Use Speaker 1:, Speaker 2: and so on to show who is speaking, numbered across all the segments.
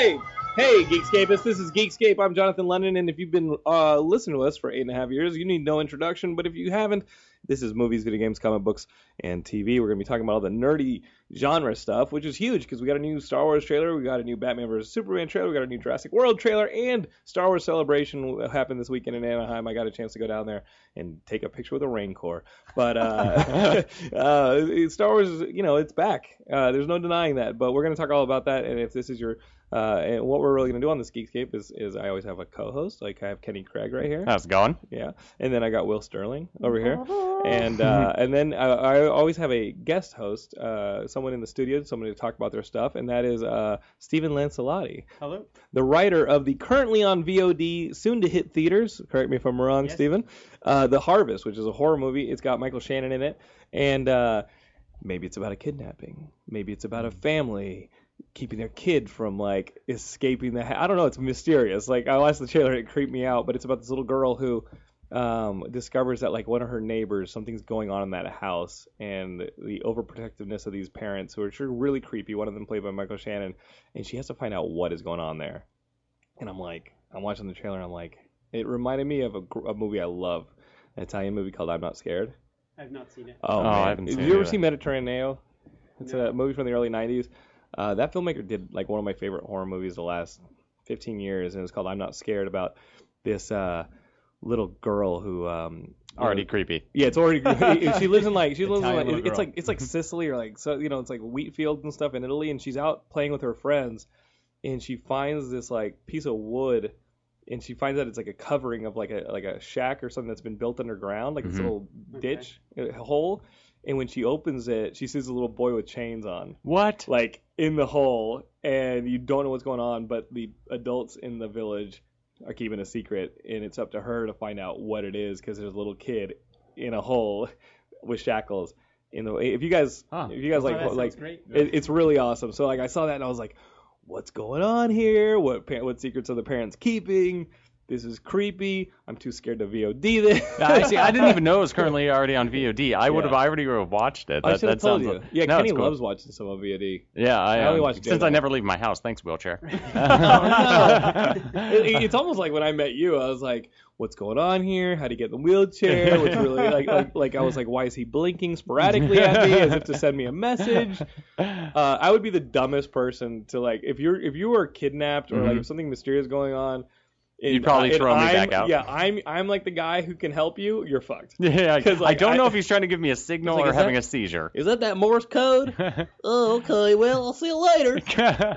Speaker 1: Hey, Geekscapists, this is Geekscape. I'm Jonathan Lennon, and if you've been uh, listening to us for eight and a half years, you need no introduction. But if you haven't, this is movies, video games, comic books, and TV. We're going to be talking about all the nerdy genre stuff, which is huge because we got a new Star Wars trailer, we got a new Batman vs. Superman trailer, we got a new Jurassic World trailer, and Star Wars Celebration happened this weekend in Anaheim. I got a chance to go down there and take a picture with a rain core. But uh, uh, Star Wars, you know, it's back. Uh, there's no denying that. But we're going to talk all about that. And if this is your, uh, and what we're really going to do on this Geekscape is, is I always have a co-host. Like I have Kenny Craig right here.
Speaker 2: How's it going?
Speaker 1: Yeah, and then I got Will Sterling over here, and uh, and then I, I always have a guest host, uh, someone in the studio, someone to talk about their stuff, and that is uh, Stephen Lancelotti,
Speaker 3: Hello.
Speaker 1: the writer of the currently on VOD, soon to hit theaters. Correct me if I'm wrong,
Speaker 3: Yes.
Speaker 1: Stephen. Uh, the Harvest, which is a horror movie, it's got Michael Shannon in it, and uh, maybe it's about a kidnapping, maybe it's about a family keeping their kid from like escaping the. Ha- I don't know. It's mysterious. Like I watched the trailer, it creeped me out. But it's about this little girl who um, discovers that like one of her neighbors, something's going on in that house, and the overprotectiveness of these parents who are sure really creepy. One of them played by Michael Shannon, and she has to find out what is going on there. And I'm like, I'm watching the trailer, and I'm like, it reminded me of a, gr- a movie I love, an Italian movie called I'm Not Scared.
Speaker 3: I've not seen it.
Speaker 1: Oh,
Speaker 2: Oh,
Speaker 1: man.
Speaker 2: I haven't
Speaker 1: Have
Speaker 2: seen it
Speaker 1: you ever
Speaker 2: either.
Speaker 1: seen Mediterranean? It's
Speaker 3: No.
Speaker 1: a movie from the early 90s. Uh, that filmmaker did like one of my favorite horror movies the last 15 years, and it's called I'm Not Scared about this uh, little girl who um,
Speaker 2: Already creepy.
Speaker 1: yeah, it's already. she lives in like she lives in
Speaker 3: Italian
Speaker 1: like
Speaker 3: little
Speaker 1: it's
Speaker 3: girl.
Speaker 1: like it's like Sicily or like so you know it's like wheat fields and stuff in Italy, and she's out playing with her friends, and she finds this like piece of wood, and she finds out it's like a covering of like a like a shack or something that's been built underground, like this
Speaker 2: Mhm.
Speaker 1: little ditch uh, hole, and when she opens it, she sees a little boy with chains on
Speaker 2: What?
Speaker 1: like in the hole and you don't know what's going on but the adults in the village are keeping a secret and it's up to her to find out what it is because there's a little kid in a hole with shackles in the if you guys
Speaker 2: Huh.
Speaker 1: if you guys
Speaker 3: Oh,
Speaker 1: like
Speaker 3: that sounds
Speaker 1: like
Speaker 3: great.
Speaker 1: it, it's really awesome so like i saw that and i was like what's going on here what pa- what secrets are the parents keeping this is creepy i'm too scared to vod this
Speaker 2: I Uh, see. I didn't even know it was currently already on VOD. I would
Speaker 1: Yeah.
Speaker 2: have already would've watched it. That,
Speaker 1: I should have
Speaker 2: that
Speaker 1: told
Speaker 2: sounds-
Speaker 1: you. Yeah,
Speaker 2: no,
Speaker 1: Kenny
Speaker 2: it's cool.
Speaker 1: loves watching some on VOD.
Speaker 2: Yeah, I,
Speaker 1: I only
Speaker 2: um,
Speaker 1: watch
Speaker 2: since
Speaker 1: Daredevil.
Speaker 2: I never leave my house. Thanks, wheelchair.
Speaker 1: Oh,
Speaker 2: Oh,
Speaker 1: It- it- it's almost like when I met you, I was like, "What's going on here? How do you get in the wheelchair?" Which really, like, like, like I was like, "Why is he blinking sporadically at me as if to send me a message?" Uh, I would be the dumbest person to like if you're if you were kidnapped or like
Speaker 2: Mhm.
Speaker 1: if something mysterious going on. and
Speaker 2: You'd probably
Speaker 1: I- and
Speaker 2: throw me
Speaker 1: I'm-
Speaker 2: back out.
Speaker 1: Yeah, I'm I'm like the guy who can help you. You're fucked.
Speaker 2: yeah,
Speaker 1: 'Cause,
Speaker 2: because
Speaker 1: like,
Speaker 2: I don't
Speaker 1: I-
Speaker 2: know if he's trying to give me a signal
Speaker 1: It's like,
Speaker 2: or
Speaker 1: is
Speaker 2: having
Speaker 1: that-
Speaker 2: a seizure.
Speaker 1: Is that that Morse code? oh, okay. Well, I'll see you later.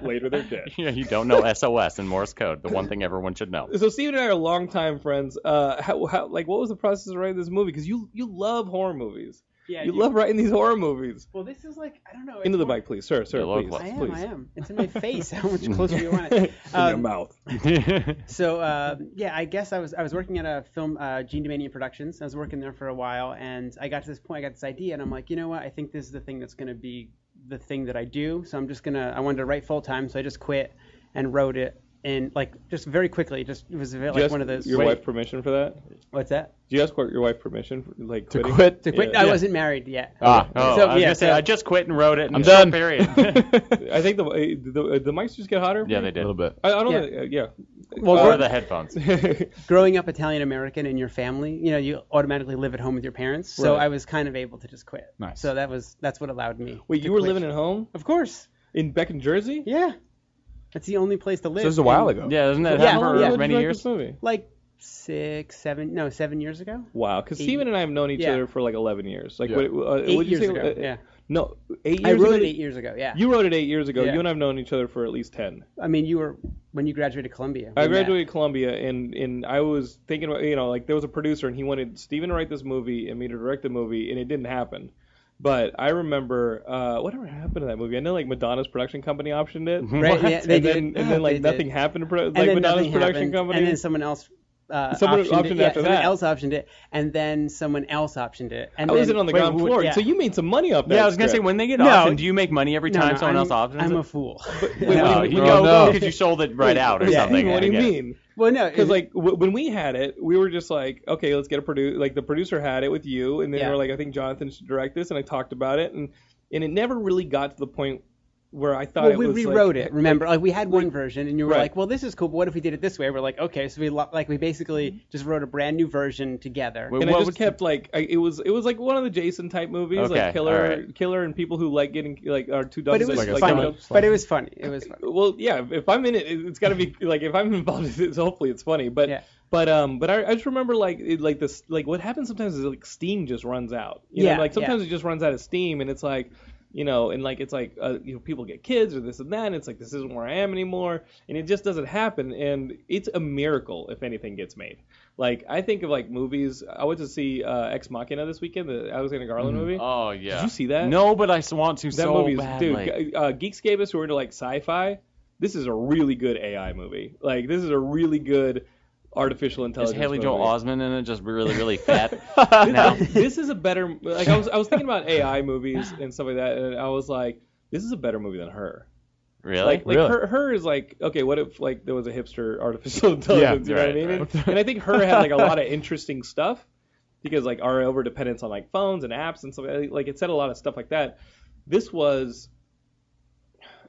Speaker 1: Later, they're dead.
Speaker 2: Yeah, you don't know SOS in Morse code, the one thing everyone should know.
Speaker 1: So Steven and I are longtime friends. Uh, how, how, like, what was the process of writing this movie? Because you you love horror movies.
Speaker 3: yeah,
Speaker 1: you love writing these horror movies.
Speaker 3: Well, this is like I don't know. it's
Speaker 1: Into the
Speaker 3: more-
Speaker 1: mic, please, sir, sir,
Speaker 2: You love
Speaker 1: please,
Speaker 2: what?
Speaker 3: I am.
Speaker 1: please.
Speaker 3: I am. It's in my face. How much closer do you want it?
Speaker 1: In your
Speaker 3: Um,
Speaker 1: mouth.
Speaker 3: So uh, yeah, I guess I was I was working at a film uh, Gene Dominion Productions. I was working there for a while, and I got to this point. I got this idea, and I'm like, you know what? I think this is the thing that's going to be the thing that I do. So I'm just gonna. I wanted to write full time, so I just quit and wrote it, and like just very quickly. Just it was like
Speaker 1: Do you ask
Speaker 3: one of those.
Speaker 1: your
Speaker 3: Wait,
Speaker 1: wife permission for that? Do
Speaker 3: What's that?
Speaker 1: you ask your wife permission, for, like quitting?
Speaker 2: quit?
Speaker 3: To quit.
Speaker 1: Yeah. Uh,
Speaker 3: I
Speaker 1: Yeah.
Speaker 3: wasn't married yet.
Speaker 2: Ah, oh,
Speaker 3: So,
Speaker 2: I was
Speaker 3: yeah,
Speaker 2: gonna say,
Speaker 3: so-
Speaker 2: I just quit and wrote it. And
Speaker 4: I'm
Speaker 2: short
Speaker 4: done.
Speaker 2: Period.
Speaker 1: I think the, uh, the the mics just get hotter.
Speaker 2: yeah, they
Speaker 4: A
Speaker 2: did.
Speaker 4: little bit.
Speaker 1: I, I don't
Speaker 3: Yeah.
Speaker 1: know. Yeah.
Speaker 3: Well,
Speaker 2: Or
Speaker 1: uh,
Speaker 3: we're-
Speaker 2: the headphones.
Speaker 3: growing up Italian American in your family, you know, you automatically live at home with your parents. So
Speaker 1: Right.
Speaker 3: I was kind of able to just quit.
Speaker 4: Nice.
Speaker 3: So that was that's what allowed me.
Speaker 1: Wait,
Speaker 3: to
Speaker 1: you were
Speaker 3: quit.
Speaker 1: living at home
Speaker 3: Of course.
Speaker 1: in Beck in Jersey?
Speaker 3: Yeah. That's the only place to live.
Speaker 4: So this is a while
Speaker 3: And,
Speaker 4: ago.
Speaker 2: Yeah, isn't that
Speaker 3: Yeah.
Speaker 2: happen for
Speaker 3: Yeah.
Speaker 2: many years?
Speaker 1: Movie?
Speaker 3: Like six, seven, no, seven years ago.
Speaker 1: Wow, because
Speaker 3: Eight-
Speaker 1: Steven and I have known each
Speaker 3: yeah.
Speaker 1: other for like 11 years. Like,
Speaker 4: Yeah.
Speaker 1: what? Uh,
Speaker 3: Eight
Speaker 1: would you
Speaker 3: years
Speaker 1: say,
Speaker 3: ago.
Speaker 1: uh,
Speaker 3: yeah.
Speaker 1: No, eight
Speaker 3: I
Speaker 1: years.
Speaker 3: wrote
Speaker 1: ago?
Speaker 3: it eight years ago. Yeah.
Speaker 1: You wrote it eight years ago.
Speaker 3: Yeah.
Speaker 1: You and I have known each other for at least ten.
Speaker 3: I mean, you were when you graduated Columbia.
Speaker 1: I
Speaker 3: we met.
Speaker 1: graduated Columbia, and and I was thinking, about, you know, like there was a producer, and he wanted Steven to write this movie and me to direct the movie, and it didn't happen. But I remember uh, whatever happened to that movie. I know like Madonna's production company optioned it,
Speaker 3: Right, yeah, they
Speaker 1: and
Speaker 3: did. Oh,
Speaker 1: then and then like
Speaker 3: They did.
Speaker 1: nothing happened to pro- like
Speaker 3: and then
Speaker 1: Madonna's
Speaker 3: nothing
Speaker 1: production
Speaker 3: happened,
Speaker 1: company.
Speaker 3: And then someone else. Uh,
Speaker 1: Someone
Speaker 3: optioned,
Speaker 1: optioned
Speaker 3: it. Yeah,
Speaker 1: after
Speaker 3: someone
Speaker 1: that.
Speaker 3: else optioned it, and then someone else optioned it. And
Speaker 1: I was
Speaker 3: then,
Speaker 1: in on the
Speaker 2: Wait,
Speaker 1: ground
Speaker 2: wh-
Speaker 1: floor,
Speaker 3: yeah.
Speaker 1: so you made some money off that.
Speaker 2: Yeah, I was gonna say
Speaker 1: script.
Speaker 2: when they get
Speaker 3: No.
Speaker 2: optioned, do you make money every
Speaker 3: No,
Speaker 2: time
Speaker 3: no,
Speaker 2: someone
Speaker 3: I'm,
Speaker 2: else options
Speaker 3: I'm
Speaker 2: it?
Speaker 3: a fool.
Speaker 1: wait,
Speaker 3: No.
Speaker 2: no,
Speaker 1: what do
Speaker 2: you
Speaker 1: you-
Speaker 2: go
Speaker 4: oh, no.
Speaker 2: because you sold it right out or
Speaker 1: Wait,
Speaker 2: something.
Speaker 1: What do you
Speaker 2: I get it.
Speaker 1: mean?
Speaker 3: Well, no,
Speaker 1: Because
Speaker 3: it-
Speaker 1: like w- when we had it, we were just like, okay, let's get a produ Like the producer had it with you, and then
Speaker 3: Yeah.
Speaker 1: we're like, I think Jonathan should direct this, and I talked about it, and and it never really got to the point where I thought
Speaker 3: Well,
Speaker 1: it
Speaker 3: we
Speaker 1: was like-
Speaker 3: rewrote it. Remember, like we had one version, and you were
Speaker 1: Right.
Speaker 3: like, "Well, this is cool, but what if we did it this way?" We're like, "Okay," so we lo- like we basically just wrote a brand new version together.
Speaker 2: Wait,
Speaker 1: and
Speaker 2: what
Speaker 1: I just
Speaker 2: would-
Speaker 1: kept like I, it was it was like one of the Jason type movies,
Speaker 2: Okay,
Speaker 1: like killer
Speaker 2: alright.
Speaker 1: killer and people who like getting like are two
Speaker 3: but
Speaker 1: dogs.
Speaker 3: it was
Speaker 1: that,
Speaker 2: a
Speaker 1: like,
Speaker 3: funny.
Speaker 2: summer-
Speaker 3: but it was funny. It was funny.
Speaker 1: Well, yeah. If I'm in it, it- it's got to be like if I'm involved, it's, hopefully it's funny. But
Speaker 3: Yeah.
Speaker 1: but um, but I, I just remember like it, like this like what happens sometimes is like steam just runs out. You
Speaker 3: Yeah,
Speaker 1: Know? Like
Speaker 3: yeah.
Speaker 1: sometimes it just runs out of steam, and it's like. You know, and like it's like uh, you know people get kids or this and that, and it's like this isn't where I am anymore, and it just doesn't happen. And it's a miracle if anything gets made. Like I think of like movies. I went to see uh, Ex Machina this weekend, the Alexander Garland movie.
Speaker 2: Oh yeah.
Speaker 1: Did you see that?
Speaker 2: No, but I s- want to
Speaker 1: That
Speaker 2: so
Speaker 1: movie is,
Speaker 2: badly.
Speaker 1: dude. Uh, Geekscape us who are into like sci-fi. This is a really good AI movie. Like this is a really good artificial
Speaker 2: is
Speaker 1: intelligence.
Speaker 2: Haley
Speaker 1: movie.
Speaker 2: Joel Osment in it? Just really, really fat.
Speaker 1: This-
Speaker 2: now,
Speaker 1: this is a better. Like I was, I was thinking about AI movies and stuff like that, and I was like, this is a better movie than her.
Speaker 2: really?
Speaker 1: Like, like
Speaker 4: Really?
Speaker 1: her, her is like, okay, what if like there was a hipster artificial intelligence? you know
Speaker 2: right,
Speaker 1: what I mean?
Speaker 2: right.
Speaker 1: And, I think her had like a lot of interesting stuff because like our over dependence on like phones and apps and stuff like- like it said a lot of stuff like that. This was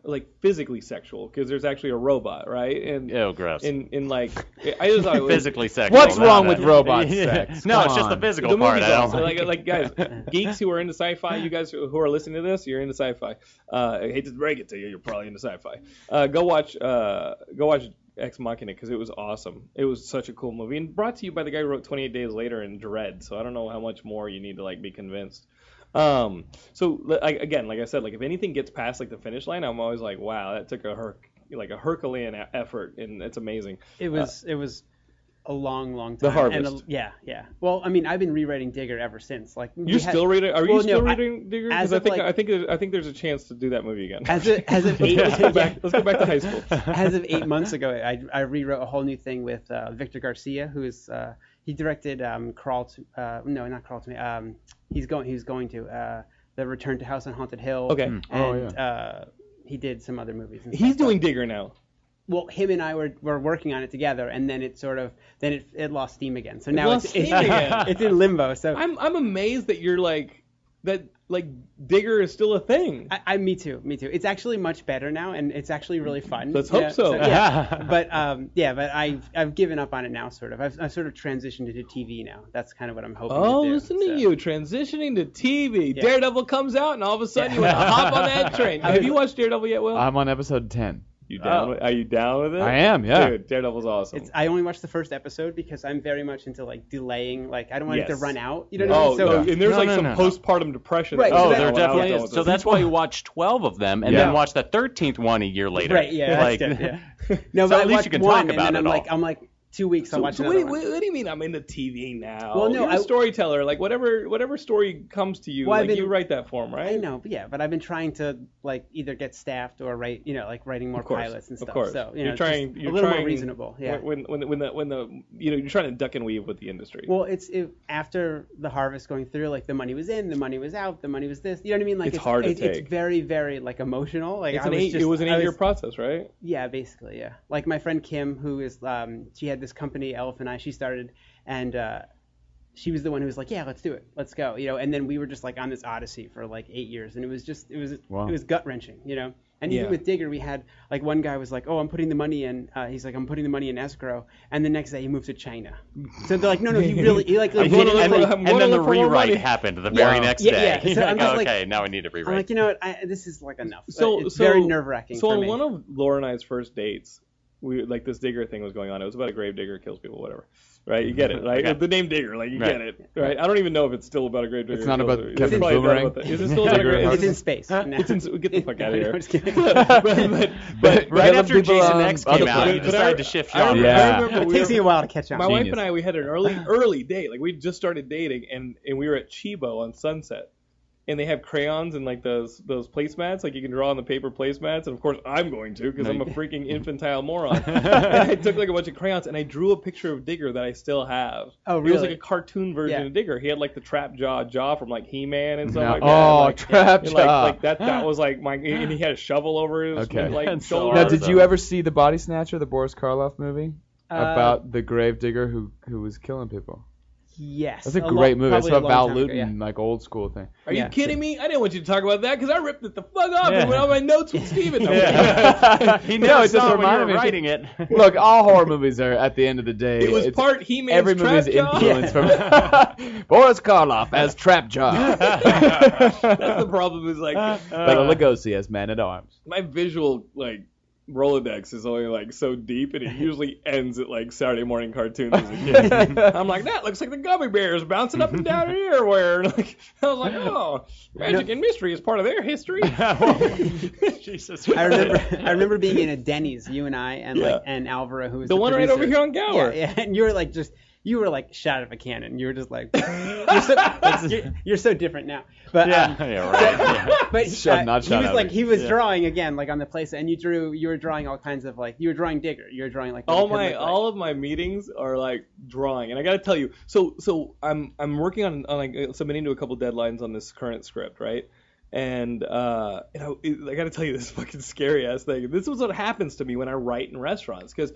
Speaker 1: like physically sexual because there's actually a robot, right? And
Speaker 2: Ew, Oh, gross.
Speaker 1: in in like I just thought it was
Speaker 2: physically sexual.
Speaker 4: What's
Speaker 2: not
Speaker 4: wrong
Speaker 2: a-
Speaker 4: with robot
Speaker 2: Yeah.
Speaker 4: sex?
Speaker 2: No,
Speaker 4: Come
Speaker 2: it's just the
Speaker 4: on.
Speaker 2: physical
Speaker 1: the
Speaker 2: part.
Speaker 1: movies
Speaker 2: I don't
Speaker 1: also,
Speaker 2: like.
Speaker 1: like, like guys, geeks who are into sci-fi, you guys who are listening to this, you're into sci-fi. Uh, I hate to break it to you, you're probably into sci-fi. Uh, go watch, uh, go watch Ex Machina because it was awesome. It was such a cool movie, and brought to you by the guy who wrote 28 Days Later and Dread. So I don't know how much more you need to like be convinced. Um, so li- I, again, like I said, like if anything gets past like the finish line, I'm always like, wow, that took a herc like a Herculean e- effort, and it's amazing.
Speaker 3: It was it was a long, long
Speaker 1: Uh, The
Speaker 3: time. And a,
Speaker 1: Harvest.
Speaker 3: yeah, yeah. Well, I mean, I've been rewriting Digger ever since. Like we
Speaker 1: You're
Speaker 3: had-
Speaker 1: still reading? Are you
Speaker 3: well, no,
Speaker 1: still
Speaker 3: I-
Speaker 1: reading Digger? Because
Speaker 3: as
Speaker 1: I
Speaker 3: of,
Speaker 1: think
Speaker 3: like-
Speaker 1: I think there's- I think there's a chance to do that movie again.
Speaker 3: as a, as of eight,
Speaker 1: let's go back. Let's go back to high school.
Speaker 3: as of eight months ago, I, I rewrote a whole new thing with uh, Victor Garcia, who is uh, he directed um, Crawl to uh, no, not Crawl to Me. Um, he's going he's going to uh, the Return to House on Haunted Hill.
Speaker 1: Okay.
Speaker 3: And,
Speaker 4: Oh,
Speaker 3: uh, he did some other movies. and
Speaker 1: He's
Speaker 3: stuff, but-
Speaker 1: doing Digger now.
Speaker 3: well. Him and I were, were working on it together, and then it sort of then it, it lost steam again. So now
Speaker 1: lost
Speaker 3: it's,
Speaker 1: steam again.
Speaker 3: it's, it's in limbo. So
Speaker 1: I'm I'm amazed that you're like that like Digger is still a thing.
Speaker 3: I, I me too, me too. It's actually much better now, and it's actually really fun.
Speaker 1: Let's hope
Speaker 3: Yeah,
Speaker 1: so.
Speaker 3: yeah. but um, yeah, but I've I've given up on it now, sort of. I've, I've sort of transitioned into TV now. That's kind of what I'm hoping.
Speaker 1: Oh,
Speaker 3: to do,
Speaker 1: listen to
Speaker 3: so.
Speaker 1: you transitioning to TV.
Speaker 3: Yeah.
Speaker 1: Daredevil comes out, and all of a sudden you want to hop on that train. Have you watched Daredevil yet, Will?
Speaker 4: I'm on episode 10.
Speaker 1: you down? with, are you down with it?
Speaker 4: I am, yeah.
Speaker 1: Dude, Daredevil's awesome.
Speaker 3: Oh. It's, I only watched the first episode because I'm very much into like delaying. Like I don't want it to
Speaker 1: Yes.
Speaker 3: run out. You know what I
Speaker 1: oh,
Speaker 3: mean? So
Speaker 1: no, and there's
Speaker 2: No,
Speaker 1: like
Speaker 2: no,
Speaker 1: some
Speaker 2: no, no.
Speaker 1: postpartum depression.
Speaker 3: Right,
Speaker 1: that
Speaker 3: so
Speaker 2: Oh,
Speaker 1: goes
Speaker 3: that-
Speaker 1: on when I
Speaker 2: there
Speaker 1: was
Speaker 2: definitely
Speaker 1: done
Speaker 2: is.
Speaker 1: with
Speaker 2: So
Speaker 1: this.
Speaker 2: that's why you watch 12 of them and
Speaker 4: Yeah.
Speaker 2: then watch the 13th one a year later.
Speaker 3: right, yeah,
Speaker 2: Like,
Speaker 3: that's good, yeah. No,
Speaker 2: So
Speaker 3: but
Speaker 2: at
Speaker 3: I
Speaker 2: least you
Speaker 3: watched
Speaker 2: can
Speaker 3: one,
Speaker 2: talk
Speaker 3: and
Speaker 2: about
Speaker 3: then
Speaker 2: it
Speaker 3: I'm
Speaker 2: all.
Speaker 3: like I'm like two weeks. I'll
Speaker 1: So,
Speaker 3: watch
Speaker 1: so what, do
Speaker 3: another
Speaker 1: you-
Speaker 3: one.
Speaker 1: what, what do you mean I'm into TV now?
Speaker 3: Well, no,
Speaker 1: You're a
Speaker 3: I-
Speaker 1: storyteller. Like whatever whatever story comes to you,
Speaker 3: Well, I've
Speaker 1: like
Speaker 3: been-
Speaker 1: you write that form, right?
Speaker 3: I know, but yeah, but I've been trying to like either get staffed or write, you know, like writing more
Speaker 1: Of course,
Speaker 3: pilots and stuff.
Speaker 1: Of course.
Speaker 3: So you
Speaker 1: you
Speaker 3: know,
Speaker 1: are trying.
Speaker 3: just
Speaker 1: You're
Speaker 3: a little
Speaker 1: trying,
Speaker 3: more reasonable. Yeah.
Speaker 1: When when when the when the you know you're trying to duck and weave with the industry.
Speaker 3: Well, it's it, after the harvest going through, like the money was in, the money was out, the money was this. You know what I mean? Like
Speaker 1: It's hard to
Speaker 3: it-
Speaker 1: take.
Speaker 3: It's very, very like emotional. Like
Speaker 1: it's
Speaker 3: I
Speaker 1: an
Speaker 3: was
Speaker 1: eight,
Speaker 3: just,
Speaker 1: it was an
Speaker 3: I
Speaker 1: eight-year process, right?
Speaker 3: Yeah, basically, yeah. Like my friend Kim, who is um, she had this company Elephant Eye. She started, and uh, she was the one who was like, "Yeah, let's do it, let's go," you know. And then we were just like on this odyssey for like eight years, and it was just it was
Speaker 4: Wow.
Speaker 3: it was gut wrenching, you know. And even
Speaker 1: Yeah.
Speaker 3: with Digger, we had like one guy was like, "Oh, I'm putting the money in." Uh, he's like, "I'm putting the money in escrow," and the next day he moved to China. So they're like, "No, no, he really he like."
Speaker 1: I'm gonna look
Speaker 3: legitimately-
Speaker 2: And
Speaker 1: for-
Speaker 2: then,
Speaker 1: I'm
Speaker 2: and
Speaker 1: gonna
Speaker 2: then the
Speaker 1: look for more
Speaker 2: rewrite
Speaker 1: money.
Speaker 2: happened the very
Speaker 4: Yeah.
Speaker 2: next
Speaker 3: Yeah,
Speaker 2: day.
Speaker 3: yeah. So
Speaker 2: Like,
Speaker 3: I'm just like-
Speaker 2: okay, now I need to rewrite.
Speaker 3: I'm like, you know what? I, this is like enough.
Speaker 1: So
Speaker 3: it's
Speaker 1: so
Speaker 3: very nerve wracking.
Speaker 1: So
Speaker 3: for
Speaker 1: on
Speaker 3: me.
Speaker 1: one of Laura and I's first dates, we like this digger thing was going on. It was about a grave digger kills people, whatever. Right? You get it, right?
Speaker 2: Okay.
Speaker 1: The name digger, like you
Speaker 2: Right.
Speaker 1: get it, right? I don't even know if it's still about a grave digger.
Speaker 4: not
Speaker 1: kills
Speaker 4: about
Speaker 1: people.
Speaker 4: Kevin
Speaker 1: probably not
Speaker 4: Boomerang.
Speaker 1: about that. Is it still about a grave?
Speaker 3: it's in space. No.
Speaker 1: It's in, get the fuck out of
Speaker 3: No,
Speaker 1: here.
Speaker 3: I'm just kidding.
Speaker 1: but, but, but
Speaker 4: But
Speaker 2: right
Speaker 4: other
Speaker 2: after
Speaker 4: people,
Speaker 2: Jason
Speaker 4: um,
Speaker 2: X
Speaker 4: other
Speaker 2: came out,
Speaker 4: people-
Speaker 2: you
Speaker 1: But I-
Speaker 2: decided to shift
Speaker 1: I
Speaker 2: genre.
Speaker 1: remember,
Speaker 4: Yeah.
Speaker 1: I remember
Speaker 3: it
Speaker 1: we
Speaker 3: takes
Speaker 1: were-
Speaker 3: me a while to catch on.
Speaker 1: my wife
Speaker 4: Genius.
Speaker 1: and I we had an early early date. Like we just started dating and and we were at Chibo on Sunset. And they have crayons and like those those placemats, like you can draw on the paper placemats. And of course, I'm going to because I'm a freaking infantile moron. and I took like a bunch of crayons and I drew a picture of Digger that I still have.
Speaker 3: Oh,
Speaker 1: It was like
Speaker 3: really?
Speaker 1: a cartoon version
Speaker 3: Yeah.
Speaker 1: of Digger. He had like the trap jaw jaw from like He-Man and stuff
Speaker 4: No.
Speaker 1: like that.
Speaker 4: oh,
Speaker 1: like,
Speaker 4: trap
Speaker 1: and,
Speaker 4: job.
Speaker 1: like, like that that was like my and he had a shovel over his
Speaker 4: Okay.
Speaker 1: like
Speaker 2: That's so
Speaker 1: shoulder.
Speaker 4: now,
Speaker 2: hard,
Speaker 4: did
Speaker 2: though.
Speaker 4: you ever see the Body Snatcher, the Boris Karloff movie
Speaker 3: Uh,
Speaker 4: about the gravedigger who who was killing people?
Speaker 3: Yes.
Speaker 4: That's a
Speaker 3: lo-
Speaker 4: great movie. It's
Speaker 3: probably a
Speaker 4: about Val
Speaker 3: long time ago,
Speaker 4: Luton, like old school thing.
Speaker 1: Are
Speaker 3: Yeah.
Speaker 1: you kidding me? I didn't want you to talk about that because I ripped it the fuck off
Speaker 2: Yeah.
Speaker 1: and went on my notes with Steven. No,
Speaker 2: he
Speaker 4: No,
Speaker 2: never
Speaker 4: it just
Speaker 2: saw it when you
Speaker 4: reminded
Speaker 2: were
Speaker 4: me.
Speaker 2: writing it.
Speaker 4: Look, all horror movies are at the end of the day.
Speaker 1: It was
Speaker 4: it's-
Speaker 1: part He Man's
Speaker 4: every
Speaker 1: Trap
Speaker 4: movie's
Speaker 1: Job.
Speaker 4: influenced from Boris Karloff as Trap Job,
Speaker 1: That's Uh, the problem. Is like
Speaker 4: Bela Lugosi as Man at Arms.
Speaker 1: my visual like Rolodex is only like so deep, and it usually ends at like Saturday morning cartoons as a kid. I'm like, that looks like the gummy bears bouncing up and down everywhere. And like, I was like, oh, magic and mystery is part of their history.
Speaker 2: Jesus.
Speaker 3: I remember I remember being in a Denny's, you and I, and like and Alvaro, who was
Speaker 1: The one right
Speaker 3: producer.
Speaker 1: over here on Gower.
Speaker 3: Yeah, yeah, and you were like just you were like shot out of a cannon. You were just like you're so, you're, you're so different now. But
Speaker 2: Yeah,
Speaker 3: um,
Speaker 2: yeah, right. yeah.
Speaker 3: but
Speaker 4: Shot-
Speaker 3: uh,
Speaker 4: not
Speaker 3: he
Speaker 4: shot
Speaker 3: was
Speaker 4: out of
Speaker 3: like
Speaker 4: a-
Speaker 3: he was
Speaker 2: yeah.
Speaker 3: drawing again like on the place, and you drew you were drawing all kinds of like you were drawing Digger, you were drawing like what
Speaker 1: all
Speaker 3: it could
Speaker 1: my
Speaker 3: look like.
Speaker 1: all of my meetings are like drawing and i gotta tell you so so i'm i'm working on, on like uh, submitting to a couple deadlines on this current script right and uh and I, it- I gotta tell you this fucking scary ass thing this is what happens to me when i write in restaurants because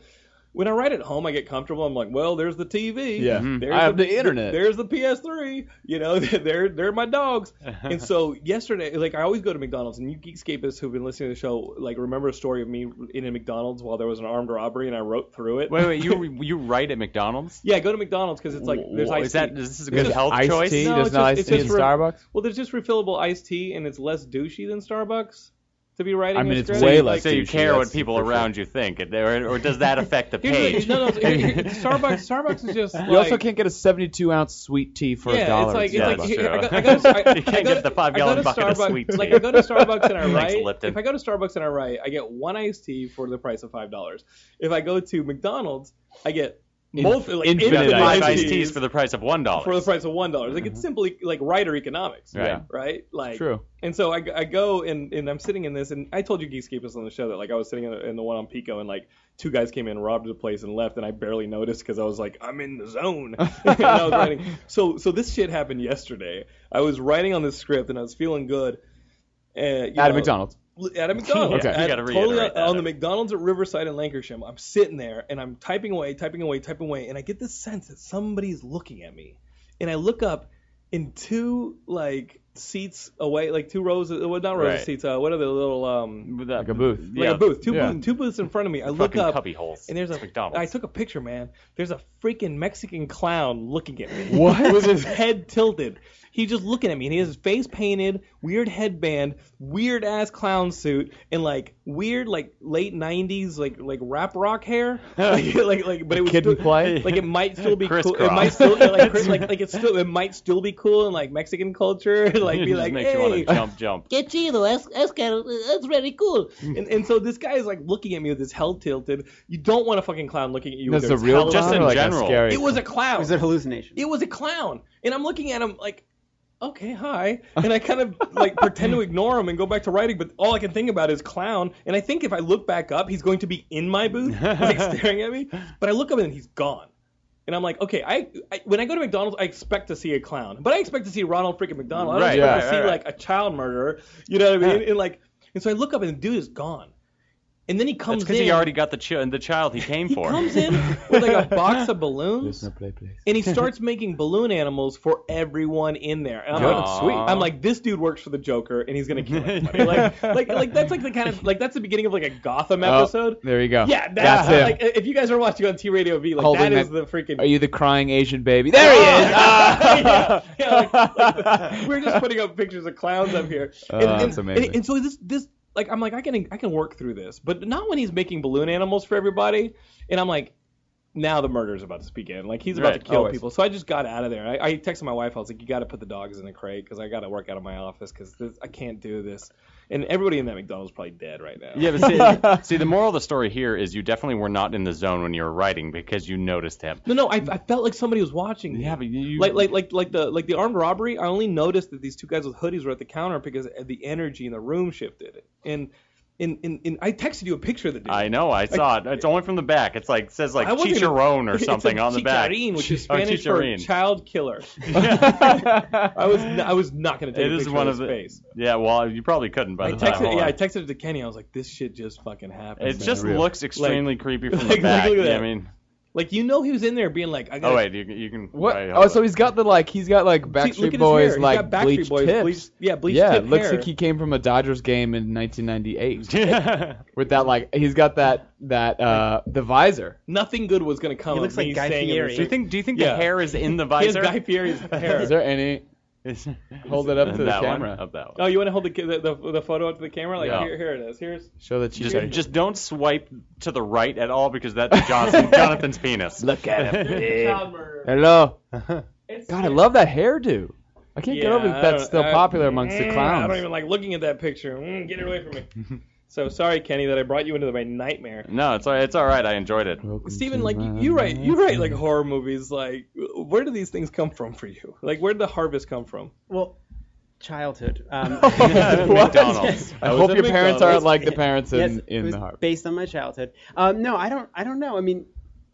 Speaker 1: when I write at home, I get comfortable. I'm like, well, there's the TV.
Speaker 4: Yeah. Mhm.
Speaker 1: There's
Speaker 4: I have the internet.
Speaker 1: There's the PS3. You know, they're they're my dogs. and so yesterday, like I always go to McDonald's, and you Geekscapists who've been listening to the show, like remember a story of me in a McDonald's while there was an armed robbery, and I wrote through it.
Speaker 2: Wait, wait, you you write at McDonald's?
Speaker 1: Yeah, go to McDonald's because it's like there's
Speaker 2: Wha-
Speaker 1: iced
Speaker 2: is that
Speaker 1: tea.
Speaker 2: is this is a good
Speaker 4: There's
Speaker 2: health
Speaker 4: iced
Speaker 2: choice?
Speaker 4: tea?
Speaker 1: No,
Speaker 4: There's
Speaker 1: it's
Speaker 4: no
Speaker 1: just-
Speaker 4: iced
Speaker 1: it's
Speaker 4: tea
Speaker 1: just
Speaker 4: in
Speaker 1: for-
Speaker 4: Starbucks.
Speaker 1: Well, there's just refillable iced tea, and it's less douchey than Starbucks to be writing.
Speaker 4: I mean,
Speaker 1: a
Speaker 4: it's
Speaker 1: script.
Speaker 4: way
Speaker 1: Like,
Speaker 4: less
Speaker 2: so you
Speaker 4: douchey,
Speaker 2: care
Speaker 4: that's
Speaker 2: what people
Speaker 4: for sure.
Speaker 2: around you think, and- or, or does that affect the
Speaker 1: Here's the-
Speaker 2: page?
Speaker 1: no, no, it- it- Starbucks. Starbucks is just. Like,
Speaker 4: You also can't get a 72 ounce sweet tea for
Speaker 1: yeah,
Speaker 4: a dollar.
Speaker 1: It's
Speaker 4: at
Speaker 2: Yeah,
Speaker 1: like,
Speaker 2: that's
Speaker 1: it's
Speaker 2: true.
Speaker 1: like I go- I go- I go- I- I
Speaker 2: You can't
Speaker 1: go
Speaker 2: get the
Speaker 1: to-
Speaker 2: five
Speaker 1: I go
Speaker 2: gallon
Speaker 1: to
Speaker 2: bucket of
Speaker 1: Starbucks-
Speaker 2: sweet
Speaker 1: Like
Speaker 2: tea.
Speaker 1: I go to Starbucks and I
Speaker 2: Thanks,
Speaker 1: write.
Speaker 2: Lipton.
Speaker 1: If I go to Starbucks and I write, I get one iced tea for the price of five dollars. If I go to McDonald's, I get multi, like,
Speaker 4: infinite
Speaker 1: infinite
Speaker 2: Five
Speaker 4: iced
Speaker 2: iced teas for the Mm-hmm. price of one dollar.
Speaker 1: for the price of one dollar. Like it's simply like writer economics,
Speaker 2: Right.
Speaker 1: right? Right? Like
Speaker 4: True.
Speaker 1: And so I, I go and, and I'm sitting in this, and I told you Geekscapists on the show that like I was sitting in the, in the one on Pico, and like two guys came in, robbed the place, and left, and I barely noticed because I was like, I'm in the zone. and I was writing. So so this shit happened yesterday. I was writing on this script, and I was feeling good. Uh, you
Speaker 4: At a
Speaker 1: know,
Speaker 4: McDonald's.
Speaker 1: at a McDonald's.
Speaker 4: Okay.
Speaker 1: At-
Speaker 2: You gotta
Speaker 1: totally
Speaker 2: reiterate
Speaker 1: on,
Speaker 2: that.
Speaker 1: on the McDonald's at Riverside in Lancashire. I'm sitting there and I'm typing away, typing away, typing away, and I get this sense that somebody's looking at me. And I look up, and two like seats away, like two rows, of, well, not rows
Speaker 2: Right.
Speaker 1: of seats. Uh, what are the little um,
Speaker 2: With that-
Speaker 4: Like a booth.
Speaker 1: like
Speaker 2: yeah,
Speaker 1: a booth, two
Speaker 4: Yeah.
Speaker 1: booth, two booths in front of me. I look
Speaker 2: Fucking
Speaker 1: up,
Speaker 2: cubby holes.
Speaker 1: and there's a
Speaker 2: It's McDonald's.
Speaker 1: I took a picture, man. There's a freaking Mexican clown looking at me.
Speaker 4: What?
Speaker 1: With his head tilted. He's just looking at me, and he has his face painted, weird headband, weird ass clown suit, and like weird like late '90s like like rap rock hair. like, like like, but it was
Speaker 4: Kid and
Speaker 1: still-
Speaker 4: play?
Speaker 1: Like it might still be cool. It
Speaker 2: Crisscross.
Speaker 1: might still like, Chris- like like it's still it might still be cool in like Mexican culture. like
Speaker 2: It
Speaker 1: be
Speaker 2: just
Speaker 1: like
Speaker 2: makes
Speaker 1: hey,
Speaker 2: you want to jump, jump.
Speaker 5: Qué chido, es, es que es very cool.
Speaker 4: Mm.
Speaker 1: and, and so this guy is like looking at me with his head tilted. You don't want a fucking clown looking at you.
Speaker 4: That's
Speaker 1: with
Speaker 4: a
Speaker 1: their
Speaker 4: real
Speaker 1: tail
Speaker 2: Just
Speaker 4: clown
Speaker 2: in
Speaker 4: or like
Speaker 2: general.
Speaker 4: A scary...
Speaker 1: It was a clown.
Speaker 3: It was a hallucination.
Speaker 1: it was a clown, and I'm looking at him like, okay, hi, and I kind of like pretend to ignore him and go back to writing, but all I can think about is clown, and I think if I look back up, he's going to be in my booth, like staring at me, but I look up and he's gone. And I'm like, okay, I, I when I go to McDonald's, I expect to see a clown, but I expect to see Ronald freaking McDonald. I don't
Speaker 2: Right,
Speaker 1: expect
Speaker 2: right,
Speaker 1: to see
Speaker 2: right,
Speaker 1: like a child murderer. You know what I mean? And like, and so I look up and the dude is gone, and then he
Speaker 2: That's
Speaker 1: comes
Speaker 2: because
Speaker 1: in.
Speaker 2: he already got the chi- the child he came
Speaker 1: he
Speaker 2: for.
Speaker 1: comes in with like a box of balloons
Speaker 4: There's no play, please.
Speaker 1: and he starts making balloon animals for everyone in there. And I'm
Speaker 4: Good.
Speaker 1: like,
Speaker 2: Aw.
Speaker 4: sweet.
Speaker 1: I'm like, this dude works for the Joker, and he's gonna kill everybody. like, like, like that's like the kind of like that's the beginning of like a Gotham
Speaker 4: Oh,
Speaker 1: episode.
Speaker 4: there you go.
Speaker 1: Yeah,
Speaker 4: that's
Speaker 1: that's,
Speaker 4: him.
Speaker 1: like if you guys are watching on T Radio V, like
Speaker 4: Holding
Speaker 1: that is the
Speaker 4: that-
Speaker 1: freaking.
Speaker 4: Are you the crying Asian baby? There he is. Ah!
Speaker 1: Yeah, yeah, like- like, we're just putting up pictures of clowns up here.
Speaker 4: Oh,
Speaker 1: And,
Speaker 4: that's
Speaker 1: and-
Speaker 4: amazing.
Speaker 1: And, and so this this like I'm like I can I can work through this, but not when he's making balloon animals for everybody. And I'm like, now the murder's about to begin. Like he's about
Speaker 2: Right,
Speaker 1: to kill
Speaker 4: always.
Speaker 1: people. So I just got out of there. I, I texted my wife. I was like, you got to put the dogs in the crate because I got to work out of my office because I can't do this. And everybody in that McDonald's is probably dead right now.
Speaker 2: Yeah, but see, see, the moral of the story here is you definitely were not in the zone when you were writing because you noticed him.
Speaker 1: No, no, I, I felt like somebody was watching. me.
Speaker 2: Yeah, but you
Speaker 1: like like like like the like the armed robbery i only noticed that these two guys with hoodies were at the counter because the energy in the room shifted and and and, and i texted you a picture of the dude
Speaker 2: I know, I saw it. It's only from the back. It's like says like
Speaker 1: I wasn't-
Speaker 2: chicharron or
Speaker 1: It's a
Speaker 2: something on the back.
Speaker 1: chicharrin, which is
Speaker 2: Oh,
Speaker 1: spanish for
Speaker 2: chicharrin.
Speaker 1: child killer i
Speaker 4: I
Speaker 1: was n- i was not going to take
Speaker 2: It
Speaker 1: a
Speaker 2: is
Speaker 1: picture
Speaker 2: one
Speaker 1: of his
Speaker 2: of the.
Speaker 1: face
Speaker 2: Yeah, well, you probably couldn't by
Speaker 1: i
Speaker 2: the time.
Speaker 1: texted
Speaker 2: hold
Speaker 1: yeah
Speaker 2: on.
Speaker 1: i texted it to kenny i was like this shit just fucking happened
Speaker 2: it just
Speaker 4: Unreal.
Speaker 2: looks extremely creepy from
Speaker 1: like,
Speaker 2: the back.
Speaker 1: look at
Speaker 2: Yeah,
Speaker 1: that.
Speaker 2: I mean,
Speaker 1: Like you know he was in there being like, I got
Speaker 2: Oh wait, you, can- you can.
Speaker 4: What?
Speaker 2: right,
Speaker 4: oh,
Speaker 2: hold
Speaker 4: so
Speaker 2: on.
Speaker 4: he's got the like he's got like
Speaker 1: look at
Speaker 4: Backstreet
Speaker 1: his
Speaker 4: Boys
Speaker 1: hair. He's
Speaker 4: like
Speaker 1: got Backstreet
Speaker 4: bleached
Speaker 1: Boys,
Speaker 4: tips.
Speaker 1: bleached- yeah, bleached
Speaker 4: yeah,
Speaker 1: tip
Speaker 4: looks
Speaker 1: hair.
Speaker 4: like he came from a Dodgers game in 1998
Speaker 2: yeah.
Speaker 4: with that like he's got that that uh the visor.
Speaker 1: nothing good was gonna come.
Speaker 3: He looks
Speaker 1: of me
Speaker 3: like Guy
Speaker 1: saying in
Speaker 3: Fieri.
Speaker 1: this-
Speaker 2: Do you think? Do you think
Speaker 1: Yeah.
Speaker 2: the hair is in the
Speaker 1: he has
Speaker 2: visor?
Speaker 1: Guy Fieri's hair?
Speaker 4: Is there any?
Speaker 2: Is-
Speaker 4: Hold it up to the
Speaker 2: that one,
Speaker 4: camera.
Speaker 2: up that
Speaker 1: Oh,
Speaker 2: one.
Speaker 1: you want to hold the, the the the photo up to the camera? Like
Speaker 2: Yeah.
Speaker 1: here, here it is. Here's
Speaker 4: Show that you
Speaker 2: Just,
Speaker 4: did.
Speaker 2: just don't swipe to the right at all because that's Jonathan, Jonathan's penis.
Speaker 4: look at him.
Speaker 1: Here's
Speaker 4: big.
Speaker 1: the child murder.
Speaker 4: Hello.
Speaker 1: It's-
Speaker 4: God, I love that hairdo. I can't get
Speaker 1: Yeah,
Speaker 4: over
Speaker 1: I
Speaker 4: that that's
Speaker 1: don't-
Speaker 4: still
Speaker 1: I-
Speaker 4: popular amongst the
Speaker 1: Mm, I don't
Speaker 4: clowns.
Speaker 1: even like looking at that picture. Mm, get it away from me. so sorry, Kenny, that I brought you into my nightmare.
Speaker 2: No, it's all, it's all right. I enjoyed it.
Speaker 4: Welcome
Speaker 1: Steven,
Speaker 4: to
Speaker 1: like you,
Speaker 4: my
Speaker 1: you write you write like horror movies. Like where do these things come from for you? Like where did the harvest come from?
Speaker 3: Well, childhood. Um,
Speaker 4: What?
Speaker 2: McDonald's.
Speaker 4: I
Speaker 1: I was
Speaker 4: hope
Speaker 1: at
Speaker 4: your parents
Speaker 1: McDonald's.
Speaker 4: aren't like the parents
Speaker 3: yes,
Speaker 4: in,
Speaker 3: it
Speaker 4: in
Speaker 3: was
Speaker 4: the heart.
Speaker 3: based on my childhood. Um, no, I don't. I don't know. I mean,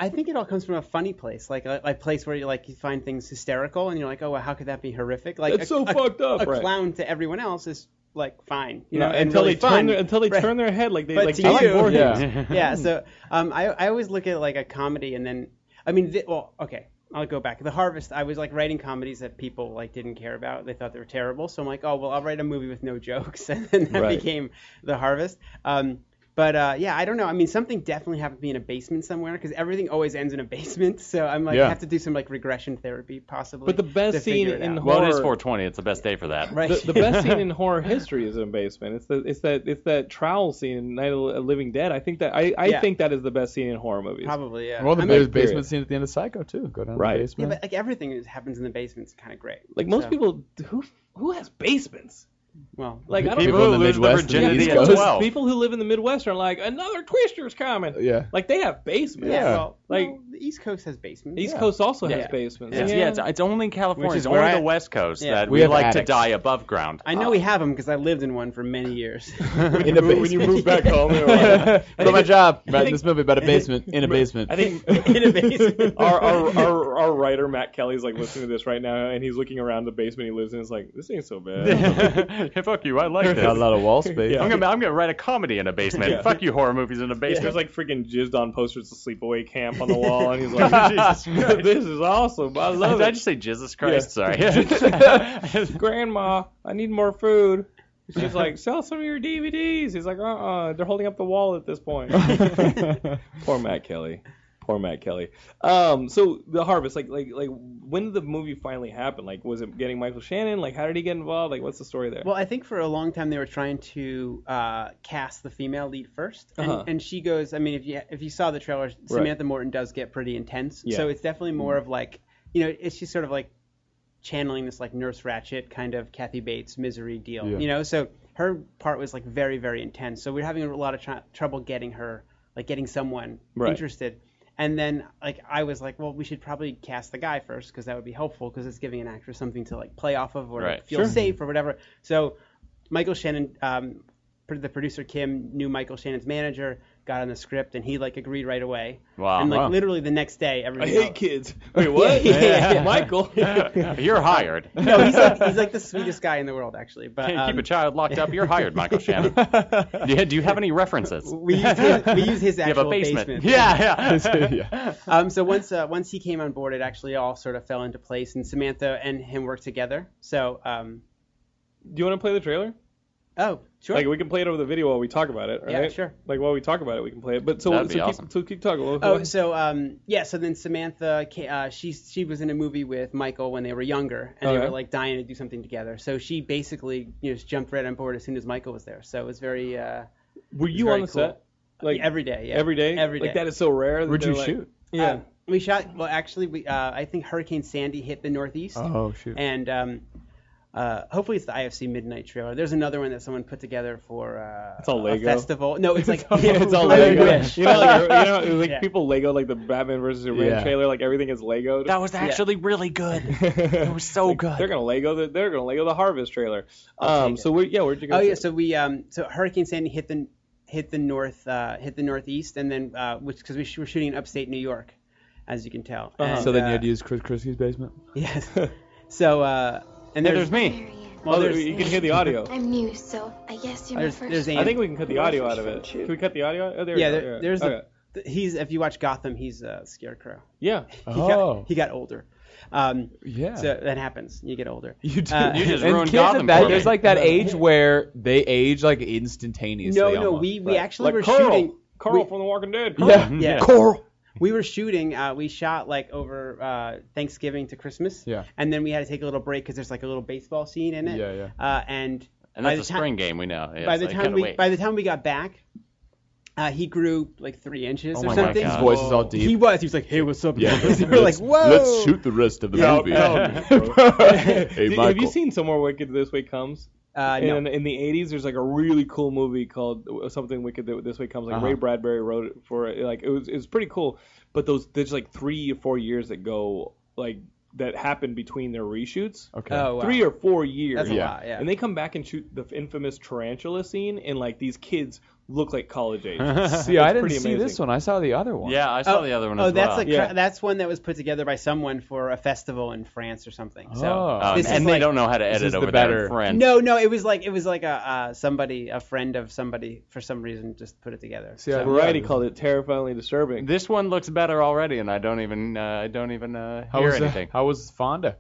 Speaker 3: I think it all comes from a funny place, like a, a place where you like you find things hysterical, and you're like, oh, well, how could that be horrific? Like
Speaker 1: That's
Speaker 3: a,
Speaker 1: so
Speaker 3: a-
Speaker 1: fucked up,
Speaker 3: A
Speaker 1: right.
Speaker 3: clown to everyone else is like fine, you
Speaker 1: No,
Speaker 3: know, and
Speaker 1: until
Speaker 3: really
Speaker 1: they
Speaker 3: fun.
Speaker 1: turn their, until they
Speaker 3: Right.
Speaker 1: turn their head like they
Speaker 3: But
Speaker 1: like
Speaker 3: to
Speaker 1: Jason
Speaker 3: you-
Speaker 1: Voorhees.
Speaker 4: Yeah.
Speaker 3: yeah. So um, I, I always look at like a comedy and then I mean th- well okay I'll go back. The Harvest I was like writing comedies that people like didn't care about. They thought they were terrible. So I'm like oh well I'll write a movie with no jokes and then that
Speaker 1: Right.
Speaker 3: became The Harvest. Um, but uh, yeah I don't know. I mean something definitely happened to me in a basement somewhere because everything always ends in a basement. So I'm like
Speaker 4: Yeah.
Speaker 3: I have to do some like regression therapy possibly.
Speaker 1: But the best
Speaker 3: to figure
Speaker 1: scene
Speaker 3: it
Speaker 1: in
Speaker 3: out.
Speaker 1: Har-
Speaker 2: Well, it is
Speaker 1: Horror.
Speaker 2: 420. It's the best day for that.
Speaker 3: right.
Speaker 1: The, the best scene in horror history is in basement. It's the it's that it's that trowel scene in Night of the Living Dead. I think that I, I
Speaker 3: Yeah.
Speaker 1: think that is the best scene in horror movies.
Speaker 3: probably yeah.
Speaker 4: Well, the
Speaker 3: I mean,
Speaker 4: there's
Speaker 1: period.
Speaker 4: basement scene at the end of Psycho too. Go down
Speaker 1: Right.
Speaker 4: to the
Speaker 3: yeah,
Speaker 4: basement.
Speaker 3: but like everything that happens in the basement is kind of great.
Speaker 1: Like most
Speaker 3: So,
Speaker 1: people who who has basements.
Speaker 3: Well,
Speaker 1: Like I don't
Speaker 2: People
Speaker 4: People in
Speaker 2: who lose
Speaker 4: the
Speaker 2: their
Speaker 4: Midwest and the
Speaker 2: virginity
Speaker 4: East
Speaker 2: at
Speaker 4: Coast.
Speaker 2: 12.
Speaker 1: People who live in the Midwest are like another Twister's coming.
Speaker 4: Yeah.
Speaker 1: Like they have basements.
Speaker 4: Yeah.
Speaker 3: Well,
Speaker 1: Like-
Speaker 3: well, the East Coast has basements.
Speaker 1: East
Speaker 4: Yeah.
Speaker 1: Coast also
Speaker 2: Yeah.
Speaker 1: has basements.
Speaker 2: It's, yeah. it's, it's only California.
Speaker 3: Which is
Speaker 2: It's only
Speaker 3: where I-
Speaker 2: the West Coast
Speaker 3: Yeah.
Speaker 2: that
Speaker 4: We
Speaker 2: we,
Speaker 4: have
Speaker 2: like to
Speaker 4: attics.
Speaker 2: die above ground.
Speaker 3: I know we have them because I lived in one for many years.
Speaker 4: Ah. in a basement.
Speaker 1: home, they were
Speaker 4: Quit my job. Writing this movie about a basement in a basement.
Speaker 1: I think
Speaker 3: in a basement.
Speaker 1: our, our, our, our writer Matt Kelly's like listening to this right now, and he's looking around the basement he lives in. It's like this ain't so bad.
Speaker 2: hey, fuck you. I like this.
Speaker 4: got a lot of wall space.
Speaker 1: Yeah.
Speaker 2: I'm gonna, I'm gonna write a comedy in a basement.
Speaker 1: Yeah.
Speaker 2: Fuck you, horror movies in a
Speaker 1: There's
Speaker 2: basement.
Speaker 1: like freaking jizzed on posters of Sleepaway Camp on the wall, and he's like, "This is awesome. I
Speaker 2: Did
Speaker 1: love
Speaker 2: I
Speaker 1: it."
Speaker 2: just say Jesus Christ? Sorry.
Speaker 1: Grandma, I need more food. She's like, "Sell some of your DVDs." He's like, "Uh-uh." They're holding up the wall at this point. Poor Matt Kelly. Poor Matt Kelly. Um, so the harvest, like, like, like, when did the movie finally happen? Like, was it getting Michael Shannon? Like, how did he get involved? Like, what's the story there?
Speaker 3: well, I think for a long time they were trying to uh, cast the female lead first, and,
Speaker 1: Uh-huh.
Speaker 3: and she goes. I mean, if you if you saw the trailer, Samantha Morton does get pretty intense.
Speaker 1: Yeah. Mm-hmm.
Speaker 3: So it's definitely more of like, you know, it's she's sort of like channeling this like Nurse Ratchet kind of Kathy Bates misery deal,
Speaker 4: Yeah.
Speaker 3: you know. So her part was like very very intense. So we are having a lot of tr- trouble getting her like getting someone
Speaker 1: Right.
Speaker 3: interested. And then like I was like, well, we should probably cast the guy first because that would be helpful because it's giving an actress something to like play off of or
Speaker 2: Right.
Speaker 3: feel safe or whatever. So Michael Shannon, um, pr- the producer Kim knew Michael Shannon's manager, got on the script, and he like agreed right away.
Speaker 2: Wow.
Speaker 3: And like
Speaker 2: Wow.
Speaker 3: literally the next day, everyone.
Speaker 1: I hate kids. Wait, what?
Speaker 3: Yeah.
Speaker 1: Michael.
Speaker 2: You're hired.
Speaker 3: no, he's like, he's like the sweetest guy in the world, actually. But
Speaker 2: Hey,
Speaker 3: um,
Speaker 2: keep a child locked up. You're hired, Michael Shannon. yeah, do you have any references?
Speaker 3: we use his, we use his
Speaker 2: You have
Speaker 3: actual
Speaker 2: a basement.
Speaker 3: basement.
Speaker 2: Yeah, yeah.
Speaker 4: yeah.
Speaker 3: Um, so once uh, once he came on board, it actually all sort of fell into place, and Samantha and him worked together. So um,
Speaker 1: Do you want to play the trailer?
Speaker 3: oh sure.
Speaker 1: Like, we can play it over the video while we talk about it. Right?
Speaker 3: Yeah, sure.
Speaker 1: Like while we talk about it, we can play it. But so,
Speaker 2: That'd be
Speaker 1: so, keep,
Speaker 2: awesome.
Speaker 1: so keep talking. What-
Speaker 3: Oh,
Speaker 1: what-
Speaker 3: so um, yeah. So then Samantha, ca- uh, she she was in a movie with Michael when they were younger, and
Speaker 1: Okay.
Speaker 3: they were like dying to do something together. So she basically you know just jumped right on board as soon as Michael was there. So it was very uh,
Speaker 1: were you
Speaker 3: very
Speaker 1: on the
Speaker 3: cool.
Speaker 1: set? Like
Speaker 3: every day. Yeah.
Speaker 1: every day.
Speaker 3: Every day.
Speaker 1: Like that is so rare. that
Speaker 4: Where'd you
Speaker 1: they're like-
Speaker 4: shoot?
Speaker 1: Yeah.
Speaker 3: Um, we shot. Well, actually, we uh, I think Hurricane Sandy hit the Northeast.
Speaker 4: Oh shoot.
Speaker 3: and um, uh, hopefully it's the IFC Midnight trailer. There's another one that someone put together for uh,
Speaker 1: It's all Lego.
Speaker 3: a festival. No, it's like
Speaker 1: it's all
Speaker 3: I
Speaker 1: oh, Lego.
Speaker 3: wish.
Speaker 1: You know, like, you know, like
Speaker 3: Yeah.
Speaker 1: people Lego like the Batman versus Superman
Speaker 4: Yeah.
Speaker 1: trailer. Like everything is Lego.
Speaker 2: That was actually really good. It was so good.
Speaker 1: They're gonna Lego. The, they're gonna Lego the Harvest trailer. Um.
Speaker 3: take
Speaker 1: So we yeah. Where'd you go?
Speaker 3: Oh, Oh yeah,
Speaker 1: shoot?
Speaker 3: so we um so Hurricane Sandy hit the hit the north uh, hit the northeast and then uh, which because we sh- were shooting in upstate New York, as you can tell. And,
Speaker 4: Uh-huh. so then you
Speaker 3: uh,
Speaker 4: had to use Chris Christie's basement.
Speaker 3: yes. So uh and
Speaker 2: Hey,
Speaker 3: there's,
Speaker 2: there's me.
Speaker 3: well
Speaker 1: Oh,
Speaker 3: there's
Speaker 1: you can hear the audio.
Speaker 6: I'm new, so I guess you're
Speaker 3: there's,
Speaker 6: my first.
Speaker 3: there's
Speaker 1: I
Speaker 3: Anne.
Speaker 1: think we can cut the audio out of it. Can we cut the audio? Oh, there
Speaker 3: yeah
Speaker 1: we go.
Speaker 3: there, there's
Speaker 1: okay.
Speaker 3: the th- he's if you watch Gotham, he's a scarecrow.
Speaker 1: Yeah.
Speaker 3: He
Speaker 4: Oh.
Speaker 3: got, he got older. Um,
Speaker 4: Yeah.
Speaker 3: So that happens. You get older.
Speaker 1: You did.
Speaker 3: Uh,
Speaker 2: You just
Speaker 4: and
Speaker 2: ruined
Speaker 4: kids at
Speaker 2: Gotham
Speaker 4: that,
Speaker 2: for me.
Speaker 4: there's like that age where they age like instantaneously.
Speaker 3: no, no,
Speaker 4: almost.
Speaker 3: we, we actually
Speaker 1: like
Speaker 3: were
Speaker 1: Carl.
Speaker 3: shooting.
Speaker 1: Carl
Speaker 3: we-
Speaker 1: from The Walking Dead. Carl.
Speaker 4: Yeah.
Speaker 3: Yeah.
Speaker 4: Coral.
Speaker 3: we were shooting. Uh, we shot like over uh, Thanksgiving to Christmas.
Speaker 4: Yeah.
Speaker 3: And then we had to take a little break because there's like a little baseball scene in it.
Speaker 4: Yeah, yeah.
Speaker 3: Uh, and
Speaker 2: And
Speaker 3: by
Speaker 2: that's a
Speaker 3: the ti-
Speaker 2: spring game, we know. Yeah,
Speaker 3: by
Speaker 2: so
Speaker 3: the
Speaker 2: you
Speaker 3: time
Speaker 2: gotta
Speaker 3: we
Speaker 2: wait.
Speaker 3: by the time we got back, uh, he grew like three inches
Speaker 2: Oh
Speaker 3: or
Speaker 2: my
Speaker 3: something.
Speaker 2: God.
Speaker 4: His voice is all deep.
Speaker 3: He was. He was like, "Hey, what's up?"
Speaker 6: Yeah.
Speaker 3: guys?" we were like,
Speaker 6: Let's-
Speaker 3: "Whoa!"
Speaker 6: Let's shoot the rest of the movie.
Speaker 4: Oh.
Speaker 6: Hey,
Speaker 1: Did- Have you
Speaker 6: Michael.
Speaker 1: seen Somewhere Wicked This Way Comes?
Speaker 3: Uh, no.
Speaker 1: in, in the 80s, there's like a really cool movie called uh, Something Wicked That This Way Comes. Like
Speaker 2: Uh-huh.
Speaker 1: Ray Bradbury wrote it for it. Like it was, it was pretty cool. But those there's like three or four years that go like that happen between their reshoots.
Speaker 4: Okay.
Speaker 3: Oh, wow.
Speaker 1: Three or four years.
Speaker 3: That's a
Speaker 6: Yeah.
Speaker 3: lot. Yeah.
Speaker 1: And they come back and shoot the infamous tarantula scene, and like these kids look like college age.
Speaker 4: See, I didn't see
Speaker 1: pretty amazing.
Speaker 4: this one. I saw the other one.
Speaker 2: yeah, I saw the other one
Speaker 3: Oh,
Speaker 2: as
Speaker 3: that's
Speaker 2: well.
Speaker 3: a cra-
Speaker 1: Yeah.
Speaker 3: that's one that was put together by someone for a festival in France or something. So
Speaker 4: Oh.
Speaker 2: Um,
Speaker 3: this is
Speaker 2: and they
Speaker 3: like-
Speaker 2: don't know how to
Speaker 4: this is
Speaker 2: edit
Speaker 4: the
Speaker 2: over there
Speaker 4: better-
Speaker 2: in France.
Speaker 3: no, no, it was like it was like a uh, somebody, a friend of somebody, for some reason, just put it together.
Speaker 4: See, I-
Speaker 1: Variety
Speaker 4: yeah.
Speaker 1: called it terrifyingly disturbing.
Speaker 2: This one looks better already, and I don't even uh, I don't even uh,
Speaker 4: How
Speaker 2: hear
Speaker 4: was, uh,
Speaker 2: anything.
Speaker 4: how was Fonda?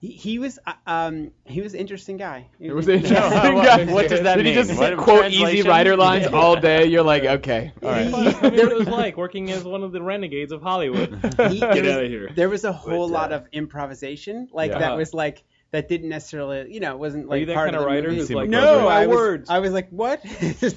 Speaker 3: He, he was uh, um he was an interesting guy. He
Speaker 4: It was an interesting
Speaker 2: No, what-
Speaker 4: guy.
Speaker 2: what does that
Speaker 4: Did he
Speaker 2: mean?
Speaker 4: just
Speaker 2: What-
Speaker 4: quote Easy
Speaker 2: translation?
Speaker 4: Rider lines all day? You're like, okay, all
Speaker 1: That's
Speaker 4: right.
Speaker 1: what I mean, it was like working as one of the renegades of Hollywood. Get
Speaker 3: He- there
Speaker 1: out of
Speaker 3: was-
Speaker 1: here.
Speaker 3: There was a whole
Speaker 6: But, uh,
Speaker 3: lot of improvisation, like
Speaker 4: Yeah.
Speaker 3: that was like that didn't necessarily, you know, it wasn't
Speaker 1: Are
Speaker 3: like
Speaker 1: you that
Speaker 3: part
Speaker 1: kind
Speaker 3: of
Speaker 1: of
Speaker 3: the
Speaker 1: writer
Speaker 3: movie.
Speaker 1: who's like,
Speaker 3: no,
Speaker 1: "Remember my
Speaker 3: I was,
Speaker 1: words"?
Speaker 3: I was like, what?
Speaker 1: You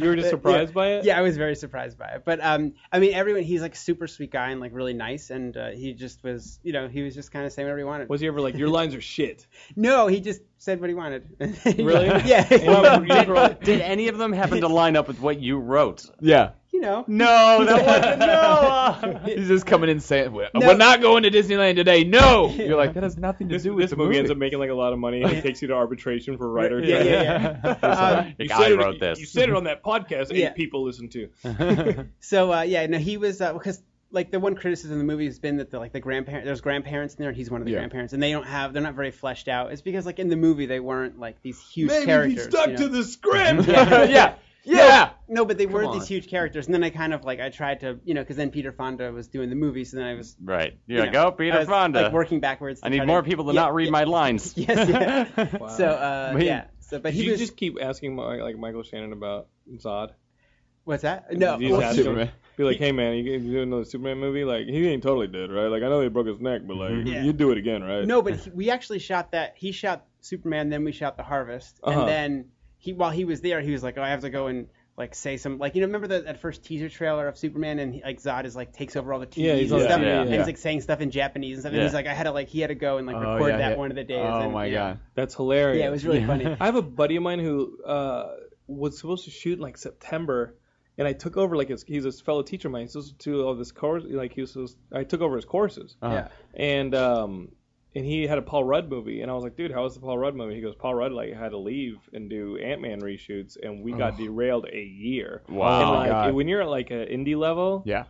Speaker 1: were just surprised by it?
Speaker 3: Yeah, I was very surprised by it. But um, I mean, everyone, he's like super sweet guy and like really nice, and uh, he just was, you know, he was just kind of saying whatever he wanted.
Speaker 1: Was he ever like, "Your lines are shit"?
Speaker 3: No, he just said what he wanted.
Speaker 1: Really?
Speaker 3: yeah.
Speaker 1: Well, you were-
Speaker 2: Did any of them happen to line up with what you wrote?
Speaker 4: Yeah.
Speaker 3: you know.
Speaker 2: No, that wasn't. No.
Speaker 4: He's just coming in saying, we're,
Speaker 3: No.
Speaker 4: we're not going to Disneyland today. No. You're like, that has nothing to
Speaker 1: This,
Speaker 4: do with
Speaker 1: this
Speaker 4: the
Speaker 1: movie, ends up
Speaker 4: movie.
Speaker 1: making like a lot of money and it takes you to arbitration for writer.
Speaker 3: Yeah, yeah, yeah. Um,
Speaker 2: The
Speaker 1: You
Speaker 2: guy
Speaker 1: said it-
Speaker 2: wrote this.
Speaker 1: You said it on that podcast.
Speaker 3: Yeah.
Speaker 1: Eight people listened to.
Speaker 4: Um,
Speaker 3: so uh, yeah, no, he was uh, because like the one criticism of the movie has been that the, like the grandparent, there's grandparents in there, and he's one of the
Speaker 4: Yeah.
Speaker 3: grandparents, and they don't have, they're not very fleshed out. It's because like in the movie they weren't like these huge characters. you know?
Speaker 1: the script.
Speaker 4: yeah. Yeah.
Speaker 3: No, but they weren't
Speaker 4: on.
Speaker 3: these huge characters, and then I kind of like I tried to, you know, because then Peter Fonda was doing the movie, so then I was.
Speaker 2: Right.
Speaker 3: you
Speaker 2: You're like,
Speaker 3: know,
Speaker 2: oh, Peter
Speaker 3: I was,
Speaker 2: Fonda.
Speaker 3: Like working backwards. to
Speaker 2: I need
Speaker 3: try
Speaker 2: more people to
Speaker 3: Yeah,
Speaker 2: not read
Speaker 3: yeah.
Speaker 2: my lines.
Speaker 3: Yes, yeah. So uh,
Speaker 2: Wait.
Speaker 3: yeah. So, but
Speaker 1: Did
Speaker 3: he
Speaker 1: you
Speaker 3: was.
Speaker 1: just keep asking my, like Michael Shannon about Zod?
Speaker 3: What's that? No.
Speaker 1: Did you just
Speaker 3: well,
Speaker 1: ask him-
Speaker 4: Superman.
Speaker 1: Be like, hey man, you, you doing another Superman movie? Like, he ain't totally dead, right? Like, I know they broke his neck, but like,
Speaker 3: Yeah.
Speaker 1: you do it again, right?
Speaker 3: Mm-hmm. No, but he, we actually shot that. He shot Superman, then we shot The Harvest,
Speaker 1: Uh-huh.
Speaker 3: and then he while he was there, he was like, "Oh, I have to go and like say some like you know remember that that first teaser trailer of Superman and he, like Zod is like takes over all the TVs
Speaker 1: Yeah, he's
Speaker 3: and
Speaker 1: on
Speaker 3: stuff,
Speaker 2: TV, yeah.
Speaker 3: and
Speaker 4: Yeah.
Speaker 3: he's like saying stuff in Japanese and stuff,
Speaker 2: Yeah.
Speaker 3: and he's like, I had to like he had to go and like
Speaker 4: Oh,
Speaker 3: record
Speaker 4: yeah,
Speaker 3: that
Speaker 4: yeah.
Speaker 3: one of the days.
Speaker 4: Oh
Speaker 3: and,
Speaker 4: my
Speaker 3: yeah.
Speaker 4: god.
Speaker 1: That's hilarious.
Speaker 3: Yeah, it was really funny.
Speaker 1: I have a buddy of mine who uh, was supposed to shoot in like September, and I took over like his. He's a fellow teacher of mine. He's supposed to do all this course. Like he was. Supposed, I took over his courses,
Speaker 4: Uh-huh.
Speaker 1: and um, and he had a Paul Rudd movie, and I was like, dude, how was the Paul Rudd movie? He goes, Paul Rudd like had to leave and do Ant Man reshoots, and we got derailed a year.
Speaker 2: Wow.
Speaker 1: And
Speaker 4: Oh,
Speaker 1: like
Speaker 4: God.
Speaker 1: when you're at like an indie level,
Speaker 4: Yeah.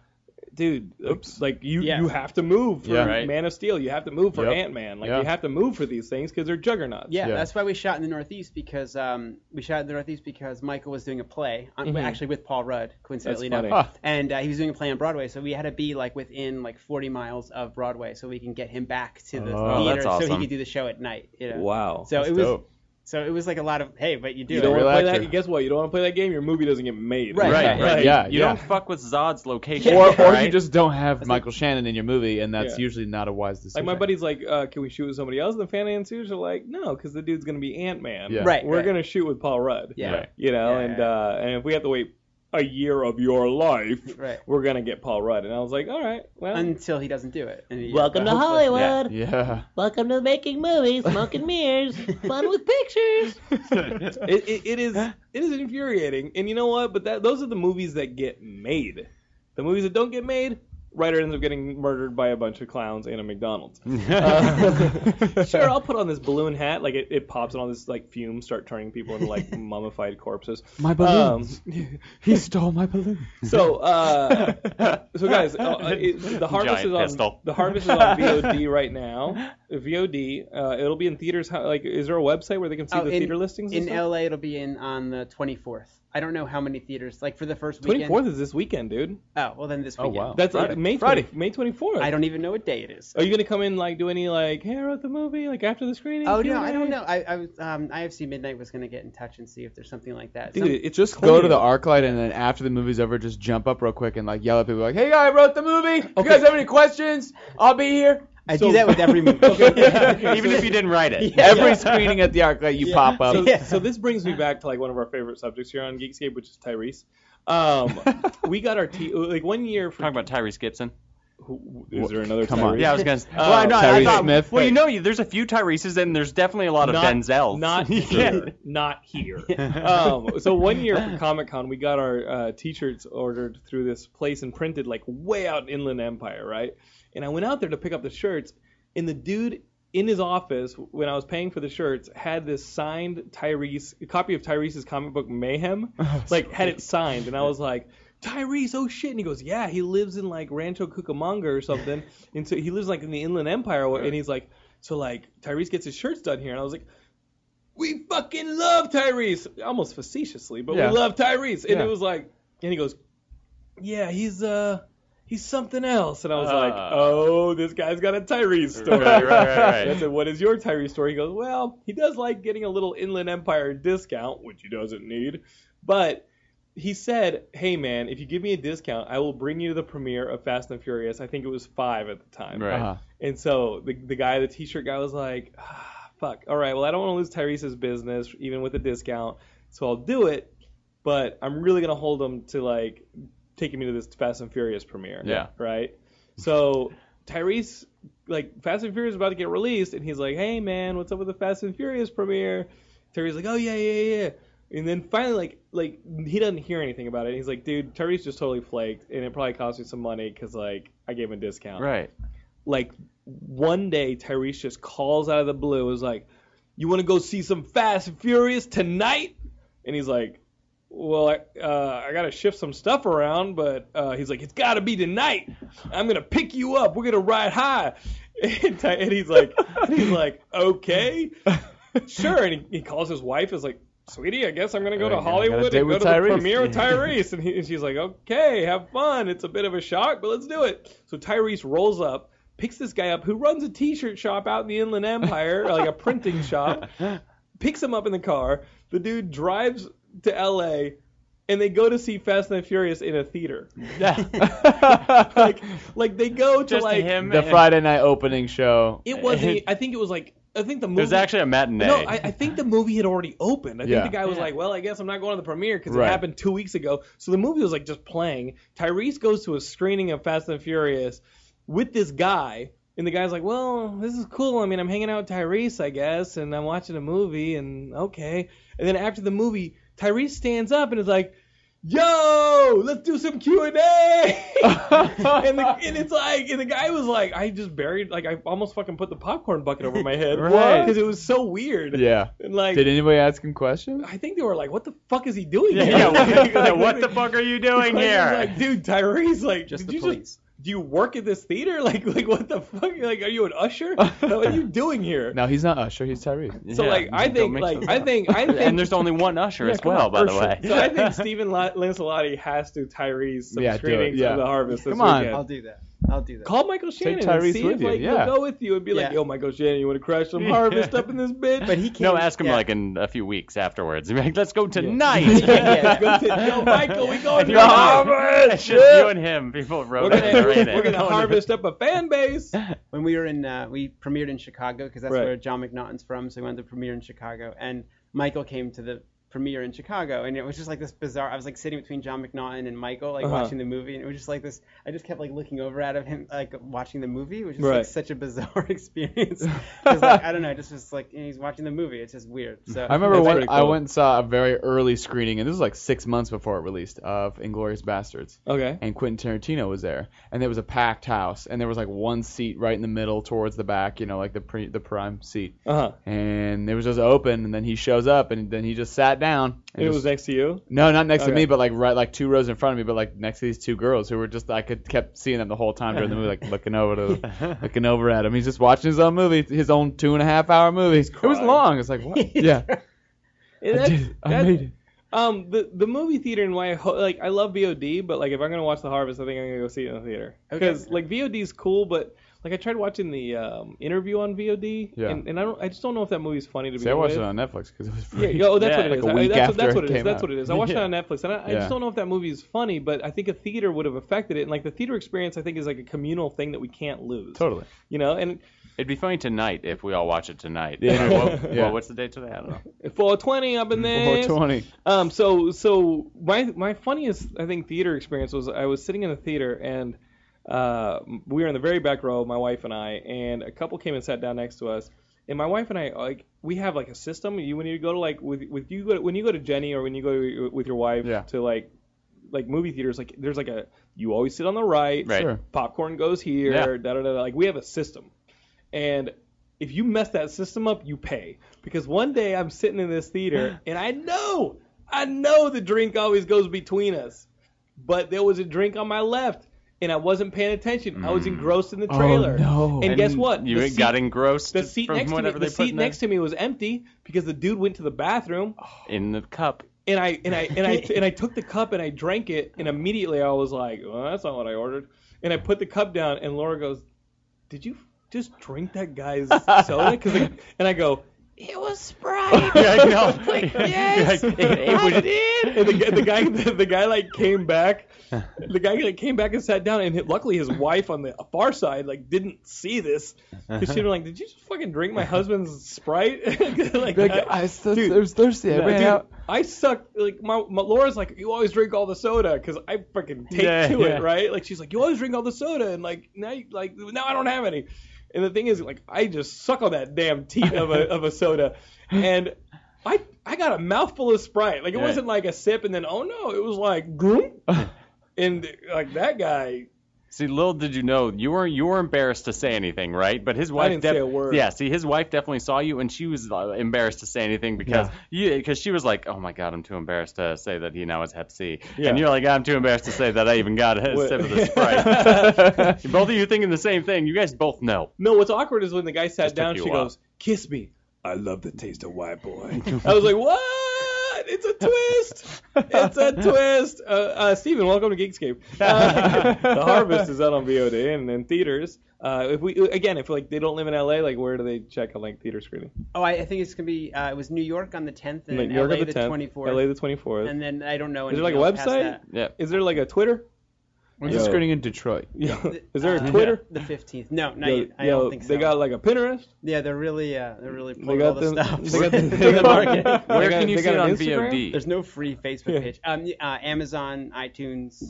Speaker 1: dude, uh, like you
Speaker 3: Yeah.
Speaker 1: you have to move for
Speaker 4: Yeah.
Speaker 2: Right.
Speaker 1: Man of Steel, you have to move for
Speaker 4: Yep.
Speaker 1: Ant Man, like
Speaker 4: Yeah.
Speaker 1: you have to move for these things because they're juggernauts.
Speaker 3: Yeah,
Speaker 4: Yeah.
Speaker 3: that's why we shot in the Northeast because um, we shot in the Northeast because Michael was doing a play, on, actually with Paul Rudd, coincidentally
Speaker 1: That's
Speaker 3: enough,
Speaker 1: funny.
Speaker 4: Huh.
Speaker 3: and uh, he was doing a play on Broadway, so we had to be like within like 40 miles of Broadway so we can get him back to the
Speaker 4: Oh,
Speaker 3: theater
Speaker 2: that's
Speaker 3: so
Speaker 2: awesome.
Speaker 3: he could do the show at night. You know?
Speaker 1: Wow.
Speaker 3: So it was
Speaker 4: dope.
Speaker 3: so it was like a lot of hey, but you do
Speaker 1: you
Speaker 3: it.
Speaker 1: don't want
Speaker 4: real
Speaker 1: to play that.
Speaker 4: actor.
Speaker 1: Guess what? You don't want to play that game. Your movie doesn't get made.
Speaker 3: Right,
Speaker 2: Right,
Speaker 3: right,
Speaker 2: right.
Speaker 4: yeah,
Speaker 2: you
Speaker 4: yeah.
Speaker 2: don't fuck with Zod's location.
Speaker 4: Or, or
Speaker 2: right?
Speaker 4: you just don't have Michael Shannon in your movie, and that's
Speaker 1: Yeah.
Speaker 4: usually not a wise decision.
Speaker 1: Like my buddy's like, uh, can we shoot with somebody else? And the fan answers are like, no, because the dude's gonna be Ant Man.
Speaker 4: Yeah.
Speaker 3: Right,
Speaker 1: We're
Speaker 3: right.
Speaker 1: gonna shoot with Paul Rudd.
Speaker 3: Yeah.
Speaker 4: Right.
Speaker 1: You know,
Speaker 3: Yeah.
Speaker 1: and uh, and if we have to wait a year of your life,
Speaker 3: Right.
Speaker 1: we're gonna get Paul Rudd. And I was like, all right, well,
Speaker 3: until he doesn't do it. And he-
Speaker 5: Welcome to
Speaker 3: hopefully-
Speaker 5: Hollywood.
Speaker 4: Yeah.
Speaker 5: Welcome to making movies, smoking mirrors, fun with pictures.
Speaker 1: it, it, it is it is infuriating. And you know what? But that those are the movies that get made. The movies that don't get made, writer ends up getting murdered by a bunch of clowns in a McDonald's. Uh, sure, I'll put on this balloon hat. Like it, it pops, and all this like fumes start turning people into like mummified corpses. Um,
Speaker 4: My balloons. He stole my balloon.
Speaker 1: So, uh, so guys, uh, it- the harvest
Speaker 2: Giant
Speaker 1: is on
Speaker 2: pistol.
Speaker 1: the harvest is on VOD right now. VOD. Uh, it'll be in theaters. How, like, is there a website where they can see
Speaker 3: Oh,
Speaker 1: the
Speaker 3: in-
Speaker 1: theater listings?
Speaker 3: In LA, itll be in on the 24th. I don't know how many theaters. Like for the first
Speaker 1: twenty
Speaker 3: weekend.
Speaker 1: fourth is this weekend, dude.
Speaker 3: Oh well, then this
Speaker 2: Oh,
Speaker 3: weekend.
Speaker 2: wow.
Speaker 1: That's
Speaker 2: Friday.
Speaker 1: May 20,
Speaker 2: Friday.
Speaker 1: May twenty fourth.
Speaker 3: I don't even know what day it is.
Speaker 1: Are you gonna come in like do any like hey I wrote the movie like after the screening?
Speaker 3: Oh
Speaker 1: Q&A?
Speaker 3: no, I don't know. I, I was um, IFC Midnight was gonna get in touch and see if there's something like that.
Speaker 1: Dude,
Speaker 3: Some-
Speaker 1: it's
Speaker 4: Just go to the ArcLight and then after the movie's over, just jump up real quick and like yell at people like, "Hey, I wrote the movie. If you guys have any questions? I'll be here."
Speaker 3: I
Speaker 1: so-
Speaker 3: do that with every movie.
Speaker 2: Even if you didn't write it.
Speaker 3: Yeah.
Speaker 4: Every screening at the ArcLight, you pop up.
Speaker 1: So,
Speaker 3: Yeah.
Speaker 1: Um, so this brings me back to like one of our favorite subjects here on Geekscape, which is Tyrese. Um, we got our t- like one year. For,
Speaker 2: Talking about Tyrese Gibson.
Speaker 1: who, is there another?
Speaker 4: Come
Speaker 1: Tyrese?
Speaker 4: on.
Speaker 2: Yeah, I was gonna. Say,
Speaker 1: Oh,
Speaker 2: well, I know, I
Speaker 4: Tyrese
Speaker 2: thought-
Speaker 4: Smith.
Speaker 2: Well, you know, you- there's a few Tyrese's, and there's definitely a lot of
Speaker 1: Not-
Speaker 2: Denzels.
Speaker 1: Not
Speaker 2: yeah.
Speaker 1: here. Not here. um, so one year for Comic Con, we got our uh, t-shirts ordered through this place and printed like way out in Inland Empire, right? And I went out there to pick up the shirts, and the dude in his office when I was paying for the shirts had this signed Tyrese a copy of Tyrese's comic book Mayhem, like had it signed, and I was like. Tyrese, oh shit! And he goes, yeah, he lives in like Rancho Cucamonga or something, and so he lives like in the Inland Empire, and he's like, so like Tyrese gets his shirts done here, and I was like, we fucking love Tyrese, almost facetiously, but
Speaker 4: Yeah.
Speaker 1: we love Tyrese, and
Speaker 4: Yeah.
Speaker 1: it was like, and he goes, yeah, he's uh, he's something else, and I was like,
Speaker 2: Ah.
Speaker 1: oh, this guy's got a Tyrese story.
Speaker 2: Right, right, right,
Speaker 1: I
Speaker 2: right.
Speaker 1: said, what is your Tyrese story? He goes, well, he does like getting a little Inland Empire discount, which he doesn't need, but he said, "Hey man, if you give me a discount, I will bring you to the premiere of Fast and Furious. I think it was five at the time."
Speaker 2: Right.
Speaker 4: Uh-huh.
Speaker 1: And so the the guy, the T-shirt guy, was like, ah, "Fuck, all right. Well, I don't want to lose Tyrese's business even with a discount, so I'll do it. But I'm really gonna hold him to like taking me to this Fast and Furious premiere.
Speaker 2: Yeah.
Speaker 1: Right. So Tyrese, like Fast and Furious is about to get released, and he's like, "Hey man, what's up with the Fast and Furious premiere?" Terry's like, "Oh yeah, yeah, yeah." And then finally, like, like he doesn't hear anything about it. He's like, "Dude, Terry's just totally flaked, and it probably cost me some money because like I gave him a discount."
Speaker 2: Right.
Speaker 1: Like one day, Tyrese just calls out of the blue, is like, "You want to go see some Fast and Furious tonight?" And he's like, "Well, I, uh, I gotta shift some stuff around, but uh, he's like, it's gotta be tonight. I'm gonna pick you up. We're gonna ride high." And, Ty- and he's like, and he's like, "Okay." sure. And he, he calls his wife. Is like, sweetie, I guess I'm gonna go
Speaker 4: Uh,
Speaker 1: to
Speaker 4: yeah, gotta
Speaker 1: Hollywood
Speaker 4: date
Speaker 1: and go
Speaker 4: with
Speaker 1: to the
Speaker 4: Tyrese."
Speaker 1: premiere with Tyrese. And, he, and she's like, okay, have fun. It's a bit of a shock, but let's do it. So Tyrese rolls up, picks this guy up who runs a t-shirt shop out in the Inland Empire, like a printing shop. Picks him up in the car. The dude drives to L.A. and they go to see Fast and the Furious in a theater. Like, like they go to
Speaker 2: Just
Speaker 1: like
Speaker 2: him.
Speaker 4: the
Speaker 2: and-
Speaker 4: Friday night opening show.
Speaker 1: it was. a- I think it was like I think the movie.
Speaker 2: There's actually a matinee.
Speaker 1: No, I, I think the movie had already opened. I
Speaker 4: Yeah.
Speaker 1: think the guy was
Speaker 2: Yeah.
Speaker 1: like, "Well, I guess I'm not going to the premiere because
Speaker 4: Right.
Speaker 1: it happened two weeks ago." So the movie was like just playing. Tyrese goes to a screening of Fast and Furious with this guy, and the guy's like, "Well, this is cool. I mean, I'm hanging out with Tyrese, I guess, and I'm watching a movie, and okay." And then after the movie, Tyrese stands up and is like, "Yo, let's do some Q and A." and, the, and it's like, and the guy was like, I just buried, like, I almost fucking put the popcorn bucket over my head,
Speaker 4: Right.
Speaker 1: Because it was so weird.
Speaker 4: Yeah.
Speaker 1: And like,
Speaker 4: Did anybody ask him questions?
Speaker 1: I think they were like, "What the fuck is he doing?"
Speaker 2: Yeah,
Speaker 1: here?"
Speaker 2: yeah, what, yeah,
Speaker 1: Like,
Speaker 2: what the fuck are you
Speaker 1: like,
Speaker 2: doing
Speaker 1: it's
Speaker 2: here?
Speaker 1: Like, dude, Tyrese, like,
Speaker 3: Just
Speaker 1: did
Speaker 3: the
Speaker 1: you
Speaker 3: police.
Speaker 1: do you work at this theater? Like, like what the fuck? Like, are you an usher? Like, what are you doing here?
Speaker 4: No, he's not Usher. He's Tyrese.
Speaker 1: So
Speaker 2: Yeah,
Speaker 1: like, I
Speaker 2: don't
Speaker 1: think,
Speaker 2: mix
Speaker 1: like,
Speaker 2: those
Speaker 1: I
Speaker 2: up.
Speaker 1: think, I think,
Speaker 2: and there's only one usher
Speaker 1: Yeah,
Speaker 2: as
Speaker 1: come
Speaker 2: well,
Speaker 1: on,
Speaker 2: by the
Speaker 1: usher.
Speaker 2: way.
Speaker 1: So I think Stephen La- Lancelotti has to Tyrese some
Speaker 4: Yeah, do it,
Speaker 1: screenings
Speaker 4: yeah.
Speaker 1: of The Harvest this
Speaker 4: Come on.
Speaker 1: weekend.
Speaker 3: I'll do that. I'll do that.
Speaker 1: Call Michael Shannon and
Speaker 4: Tyrese
Speaker 1: see if
Speaker 4: with you,
Speaker 1: like
Speaker 4: yeah.
Speaker 1: he'll go with you and be like,
Speaker 3: Yeah.
Speaker 1: "Yo, Michael Shannon, you want to crash some harvest up in this bitch?"
Speaker 3: but he can't.
Speaker 2: no, ask him
Speaker 3: yeah.
Speaker 2: like in a few weeks afterwards. Like, Let's go tonight.
Speaker 3: Yeah, yeah.
Speaker 1: Go to- Yo, Michael, we going to
Speaker 2: You're
Speaker 1: the
Speaker 2: on
Speaker 1: harvest.
Speaker 2: it. It's just you and him. People
Speaker 1: We're
Speaker 2: wrote it.
Speaker 1: gonna,
Speaker 2: and read it.
Speaker 1: we're gonna harvest up a fan base.
Speaker 3: when we were in uh, we premiered in Chicago because that's
Speaker 1: Right.
Speaker 3: where John McNaughton's from, so we went to premiere in Chicago, and Michael came to the premiere in Chicago, and it was just like this bizarre. I was like sitting between John McNaughton and Michael, like
Speaker 1: Uh-huh.
Speaker 3: watching the movie, and it was just like this. I just kept like looking over at him, like watching the movie, which is
Speaker 1: Right.
Speaker 3: like such a bizarre experience. 'Cause, like, I don't know, I just was like you know, he's watching the movie. It's just weird. So
Speaker 4: I remember
Speaker 1: That's
Speaker 4: when
Speaker 1: pretty
Speaker 4: I
Speaker 1: cool.
Speaker 4: went and saw a very early screening, and this was like six months before it released, of Inglorious Bastards.
Speaker 1: Okay.
Speaker 4: And Quentin Tarantino was there, and there was a packed house, and there was like one seat right in the middle towards the back, you know, like the pre- the prime seat.
Speaker 1: Uh huh.
Speaker 4: And it was just open, and then he shows up, and then he just sat sat down. and
Speaker 1: It
Speaker 4: just-
Speaker 1: was next to you.
Speaker 4: no, not next to
Speaker 1: Okay.
Speaker 4: me, but like right, like two rows in front of me, but like next to these two girls who were just I could kept seeing them the whole time during the movie, like looking over to, looking over at him. He's just watching his own movie, his own two and a half hour movie. It was
Speaker 1: crying.
Speaker 4: long. It's like what? yeah,
Speaker 1: Yeah,
Speaker 4: I
Speaker 1: that's-
Speaker 4: did. it. I
Speaker 1: that-
Speaker 4: made it.
Speaker 1: Um, the the movie theater in why I ho- like I love VOD, but like if I'm gonna watch The Harvest, I think I'm gonna go see it in the theater because
Speaker 3: Okay.
Speaker 1: like VOD's cool, but like I tried watching the um, interview on VOD,
Speaker 4: Yeah.
Speaker 1: and, and I don't I just don't know if that movie's funny to be.
Speaker 4: See, I watched it on Netflix because it was
Speaker 1: Yeah,
Speaker 4: free.
Speaker 1: yeah, oh, that's
Speaker 2: Yeah,
Speaker 1: what it
Speaker 4: like
Speaker 1: is.
Speaker 4: a
Speaker 1: I-
Speaker 4: week
Speaker 1: that's,
Speaker 4: after
Speaker 1: that's what
Speaker 4: it
Speaker 1: it is.
Speaker 4: came
Speaker 1: That's
Speaker 4: out.
Speaker 1: what it is. I watched
Speaker 2: Yeah.
Speaker 1: it on Netflix, and I, I
Speaker 4: Yeah.
Speaker 1: just don't know if that movie is funny, but I think a theater would have affected it. And like the theater experience, I think is like a communal thing that we can't lose.
Speaker 4: totally.
Speaker 1: You know, and
Speaker 2: It'd be funny tonight if we all watch it tonight.
Speaker 4: Yeah.
Speaker 2: What-
Speaker 4: Yeah.
Speaker 2: what- what's the date today? I don't know.
Speaker 1: 420 up in there.
Speaker 4: 420.
Speaker 1: Um, so so my my funniest I think theater experience was I was sitting in the theater and uh, we were in the very back row, my wife and I, and a couple came and sat down next to us. And my wife and I like we have like a system. You when you go to like with with you go to, when you go to Jenny or when you go to, with your wife
Speaker 4: Yeah.
Speaker 1: to like like movie theaters like there's like a you always sit on the right,
Speaker 2: Right.
Speaker 4: Sure.
Speaker 1: popcorn goes here,
Speaker 2: Yeah.
Speaker 1: da da da. da. Like we have a system, and if you mess that system up, you pay. Because one day I'm sitting in this theater, and I know, I know the drink always goes between us, but there was a drink on my left, and I wasn't paying attention. I
Speaker 2: Mm.
Speaker 1: was engrossed in the trailer.
Speaker 4: no.
Speaker 1: And guess what?
Speaker 2: Oh, You
Speaker 1: The
Speaker 2: got
Speaker 1: seat-
Speaker 2: engrossed
Speaker 1: The seat
Speaker 2: from
Speaker 1: next to me,
Speaker 2: whatever
Speaker 1: the
Speaker 2: they put
Speaker 1: seat
Speaker 2: in
Speaker 1: next to me was empty because the dude went to the bathroom
Speaker 2: the, in the cup.
Speaker 1: and I and I and I and I took the cup and I drank it, and immediately I was like, "Well, that's not what I ordered." And I put the cup down, and Laura goes, "Did you just drink that guy's soda?" 'Cause I- and I go, "It was Sprite."
Speaker 2: Yeah, I know.
Speaker 1: like,
Speaker 2: You're
Speaker 1: yes,
Speaker 2: like, it- it
Speaker 1: I
Speaker 2: was-
Speaker 1: did. And the, guy- the guy, the, guy, like came back. The guy like, came back and sat down, and luckily his wife on the far side like didn't see this. 'Cause she was like, "Did you just fucking drink my husband's Sprite?" like,
Speaker 4: Like,
Speaker 1: I-
Speaker 4: I, was so-
Speaker 1: dude.
Speaker 4: I was thirsty. I
Speaker 1: yeah,
Speaker 4: ran
Speaker 1: dude,
Speaker 4: out.
Speaker 1: I suck. Like my, my Laura's like, you always drink all the soda because I fucking take
Speaker 2: Yeah,
Speaker 1: to
Speaker 2: yeah.
Speaker 1: it, right? Like she's like, you always drink all the soda, and like now, you, like now I don't have any. And the thing is, like I just suck on that damn teat of a of a soda, and I I got a mouthful of Sprite. Like it
Speaker 2: Yeah.
Speaker 1: wasn't like a sip and then oh no, it was like groom, and like that guy.
Speaker 2: See, little did you know, you were you were embarrassed to say anything, right? But his wife
Speaker 1: didn't say a word.
Speaker 2: Yeah, see, his wife definitely saw you, and she was uh, embarrassed to say anything because you because she was like, "Oh my God, I'm too embarrassed to say that he now has Hep C,"
Speaker 1: Yeah.
Speaker 2: and you're like, "I'm too embarrassed to say that I even got a
Speaker 1: What-
Speaker 2: sip of the Sprite." both of you thinking the same thing. You guys both know.
Speaker 1: No, what's awkward is when the guy sat
Speaker 2: Just took
Speaker 1: down.
Speaker 2: you
Speaker 1: She
Speaker 2: a
Speaker 1: goes, "Kiss me. I love the taste of white boy." I was like, "What? It's a twist! It's a twist!" Uh, uh, Steven, welcome to Geekscape. Uh, the Harvest is out on VOD and in theaters. Uh, if we again, if like they don't live in LA, like where do they check a like theater screening?
Speaker 3: Oh, I, I think it's gonna be. Uh, it was New York on the 10th and
Speaker 1: Like, New
Speaker 3: LA
Speaker 1: on
Speaker 3: the
Speaker 1: 10th,
Speaker 3: 24th.
Speaker 1: LA the 24th.
Speaker 3: and then I don't know.
Speaker 1: Is there like a
Speaker 3: anything else
Speaker 1: website?
Speaker 3: past
Speaker 2: Yeah.
Speaker 1: Is there like a Twitter?
Speaker 4: When's the
Speaker 6: Yo.
Speaker 4: screening in Detroit?
Speaker 1: Yeah.
Speaker 3: that.
Speaker 1: Is there a
Speaker 3: Uh,
Speaker 1: Twitter?
Speaker 3: The 15th. No, not
Speaker 1: Yo-
Speaker 3: yet. I
Speaker 1: yo,
Speaker 3: don't think so.
Speaker 1: They got like a Pinterest.
Speaker 3: yeah, they're really, uh, they're really
Speaker 1: They
Speaker 3: pulling all
Speaker 1: got
Speaker 3: the
Speaker 1: them-
Speaker 3: stops.
Speaker 1: they got them-
Speaker 3: They
Speaker 1: they
Speaker 3: got
Speaker 1: got them-
Speaker 3: market.
Speaker 2: Where
Speaker 1: They got-
Speaker 2: can you
Speaker 1: they
Speaker 2: see
Speaker 1: got an
Speaker 2: it on
Speaker 1: Instagram?
Speaker 2: VOD?
Speaker 3: There's no free Facebook
Speaker 1: Yeah.
Speaker 3: page. Um, uh, Amazon, iTunes.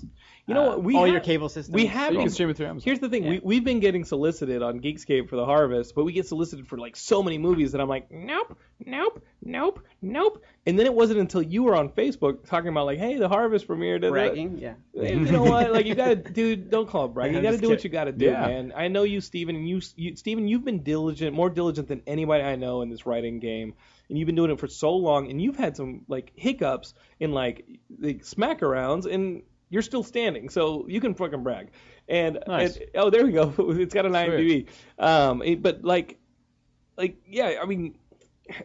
Speaker 1: You know
Speaker 3: uh,
Speaker 1: what? We
Speaker 3: all
Speaker 1: have-
Speaker 3: your cable systems.
Speaker 1: we have
Speaker 4: You
Speaker 1: Cool.
Speaker 4: can stream it through Amazon.
Speaker 1: Here's the thing:
Speaker 3: Yeah.
Speaker 1: we, we've been getting solicited on Geekscape for the Harvest, but we get solicited for like so many movies that I'm like, nope, nope, nope, nope. And then it wasn't until you were on Facebook talking about like, hey, the Harvest premiered. da- da-
Speaker 3: bragging. Yeah.
Speaker 1: And you know what? Like you gotta, dude, don't call it bragging. You
Speaker 3: I'm
Speaker 1: gotta
Speaker 3: just
Speaker 1: do what you
Speaker 3: kidding.
Speaker 1: gotta do,
Speaker 4: Yeah.
Speaker 1: man. I know you, Steven, and you, you, Steven, you've been diligent, more diligent than anybody I know in this writing game, and you've been doing it for so long, and you've had some like hiccups and like like smack arounds, and you're still standing, so you can fucking brag. And,
Speaker 2: Nice.
Speaker 1: and- oh, there we go. It's got an IMDb. Um, it- but like, like yeah, I mean,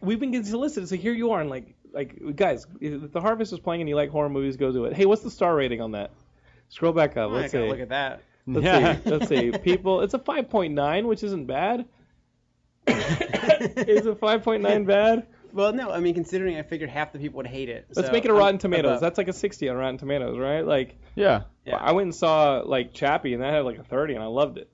Speaker 1: we've been getting solicited, so here you are, and like. Like guys, if The Harvest is playing, and you like horror movies, go do it. Hey, what's the star rating on that? Scroll back up.
Speaker 3: Oh, I
Speaker 1: Let's see.
Speaker 3: gotta look at that.
Speaker 1: Let's see. Let's see. People, it's a 5.9, which isn't bad. Is a 5.9 bad?
Speaker 3: Well, no, I mean, considering I figured half the people would hate it.
Speaker 1: Let's
Speaker 3: so
Speaker 1: make it a
Speaker 3: I'm
Speaker 1: Rotten Tomatoes.
Speaker 3: above.
Speaker 1: That's like a 60 on Rotten Tomatoes, right? Like
Speaker 4: Yeah.
Speaker 3: Yeah.
Speaker 1: I went and saw like Chappie, and that had like a 30, and I loved it.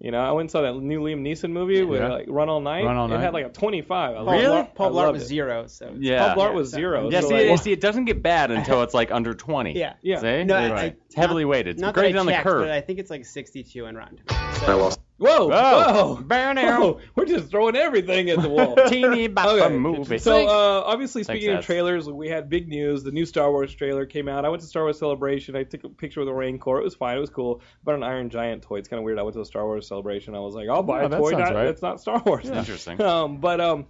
Speaker 1: You know, I went and saw that new Liam Neeson movie with
Speaker 4: Yeah.
Speaker 1: like Run All Night.
Speaker 4: Run All
Speaker 1: It
Speaker 4: Night.
Speaker 1: had like a 25. I
Speaker 3: Paul
Speaker 1: loved
Speaker 3: Blart,
Speaker 1: it.
Speaker 3: Paul
Speaker 1: I
Speaker 3: Blart
Speaker 1: loved
Speaker 3: was
Speaker 1: it.
Speaker 3: zero. So
Speaker 2: Yeah.
Speaker 1: Paul Blart
Speaker 3: Yeah,
Speaker 1: was
Speaker 3: so-
Speaker 1: zero.
Speaker 2: Yeah,
Speaker 1: so,
Speaker 2: see,
Speaker 1: like-
Speaker 2: see, it doesn't get bad until it's like under 20.
Speaker 3: Yeah.
Speaker 1: Yeah.
Speaker 2: See?
Speaker 3: No,
Speaker 2: It's-
Speaker 3: it's, like,
Speaker 2: It's heavily weighted. It's
Speaker 3: Not
Speaker 2: graded
Speaker 3: that I
Speaker 2: on
Speaker 3: checked,
Speaker 2: the
Speaker 3: but
Speaker 2: curve.
Speaker 3: I think it's like 62 on Rotten. Tomatoes.
Speaker 6: I lost.
Speaker 1: Whoa,
Speaker 2: Oh.
Speaker 1: whoa,
Speaker 2: Burn arrow.
Speaker 1: whoa! We're just throwing everything at the wall.
Speaker 2: Teeny bopper
Speaker 1: Okay.
Speaker 2: movie.
Speaker 1: So uh, obviously,
Speaker 2: Thanks,
Speaker 1: speaking of
Speaker 2: Ads.
Speaker 1: trailers, we had big news. The new Star Wars trailer came out. I went to Star Wars Celebration. I took a picture with a Rancor. It was fine. It was cool. But an Iron Giant toy. It's kind of weird. I went to a Star Wars Celebration. I was like, I'll buy
Speaker 4: No,
Speaker 1: a
Speaker 4: Oh, that
Speaker 1: toy.
Speaker 4: sounds
Speaker 1: Not,
Speaker 4: right.
Speaker 1: That's not Star Wars.
Speaker 2: Interesting.
Speaker 1: Um, but um,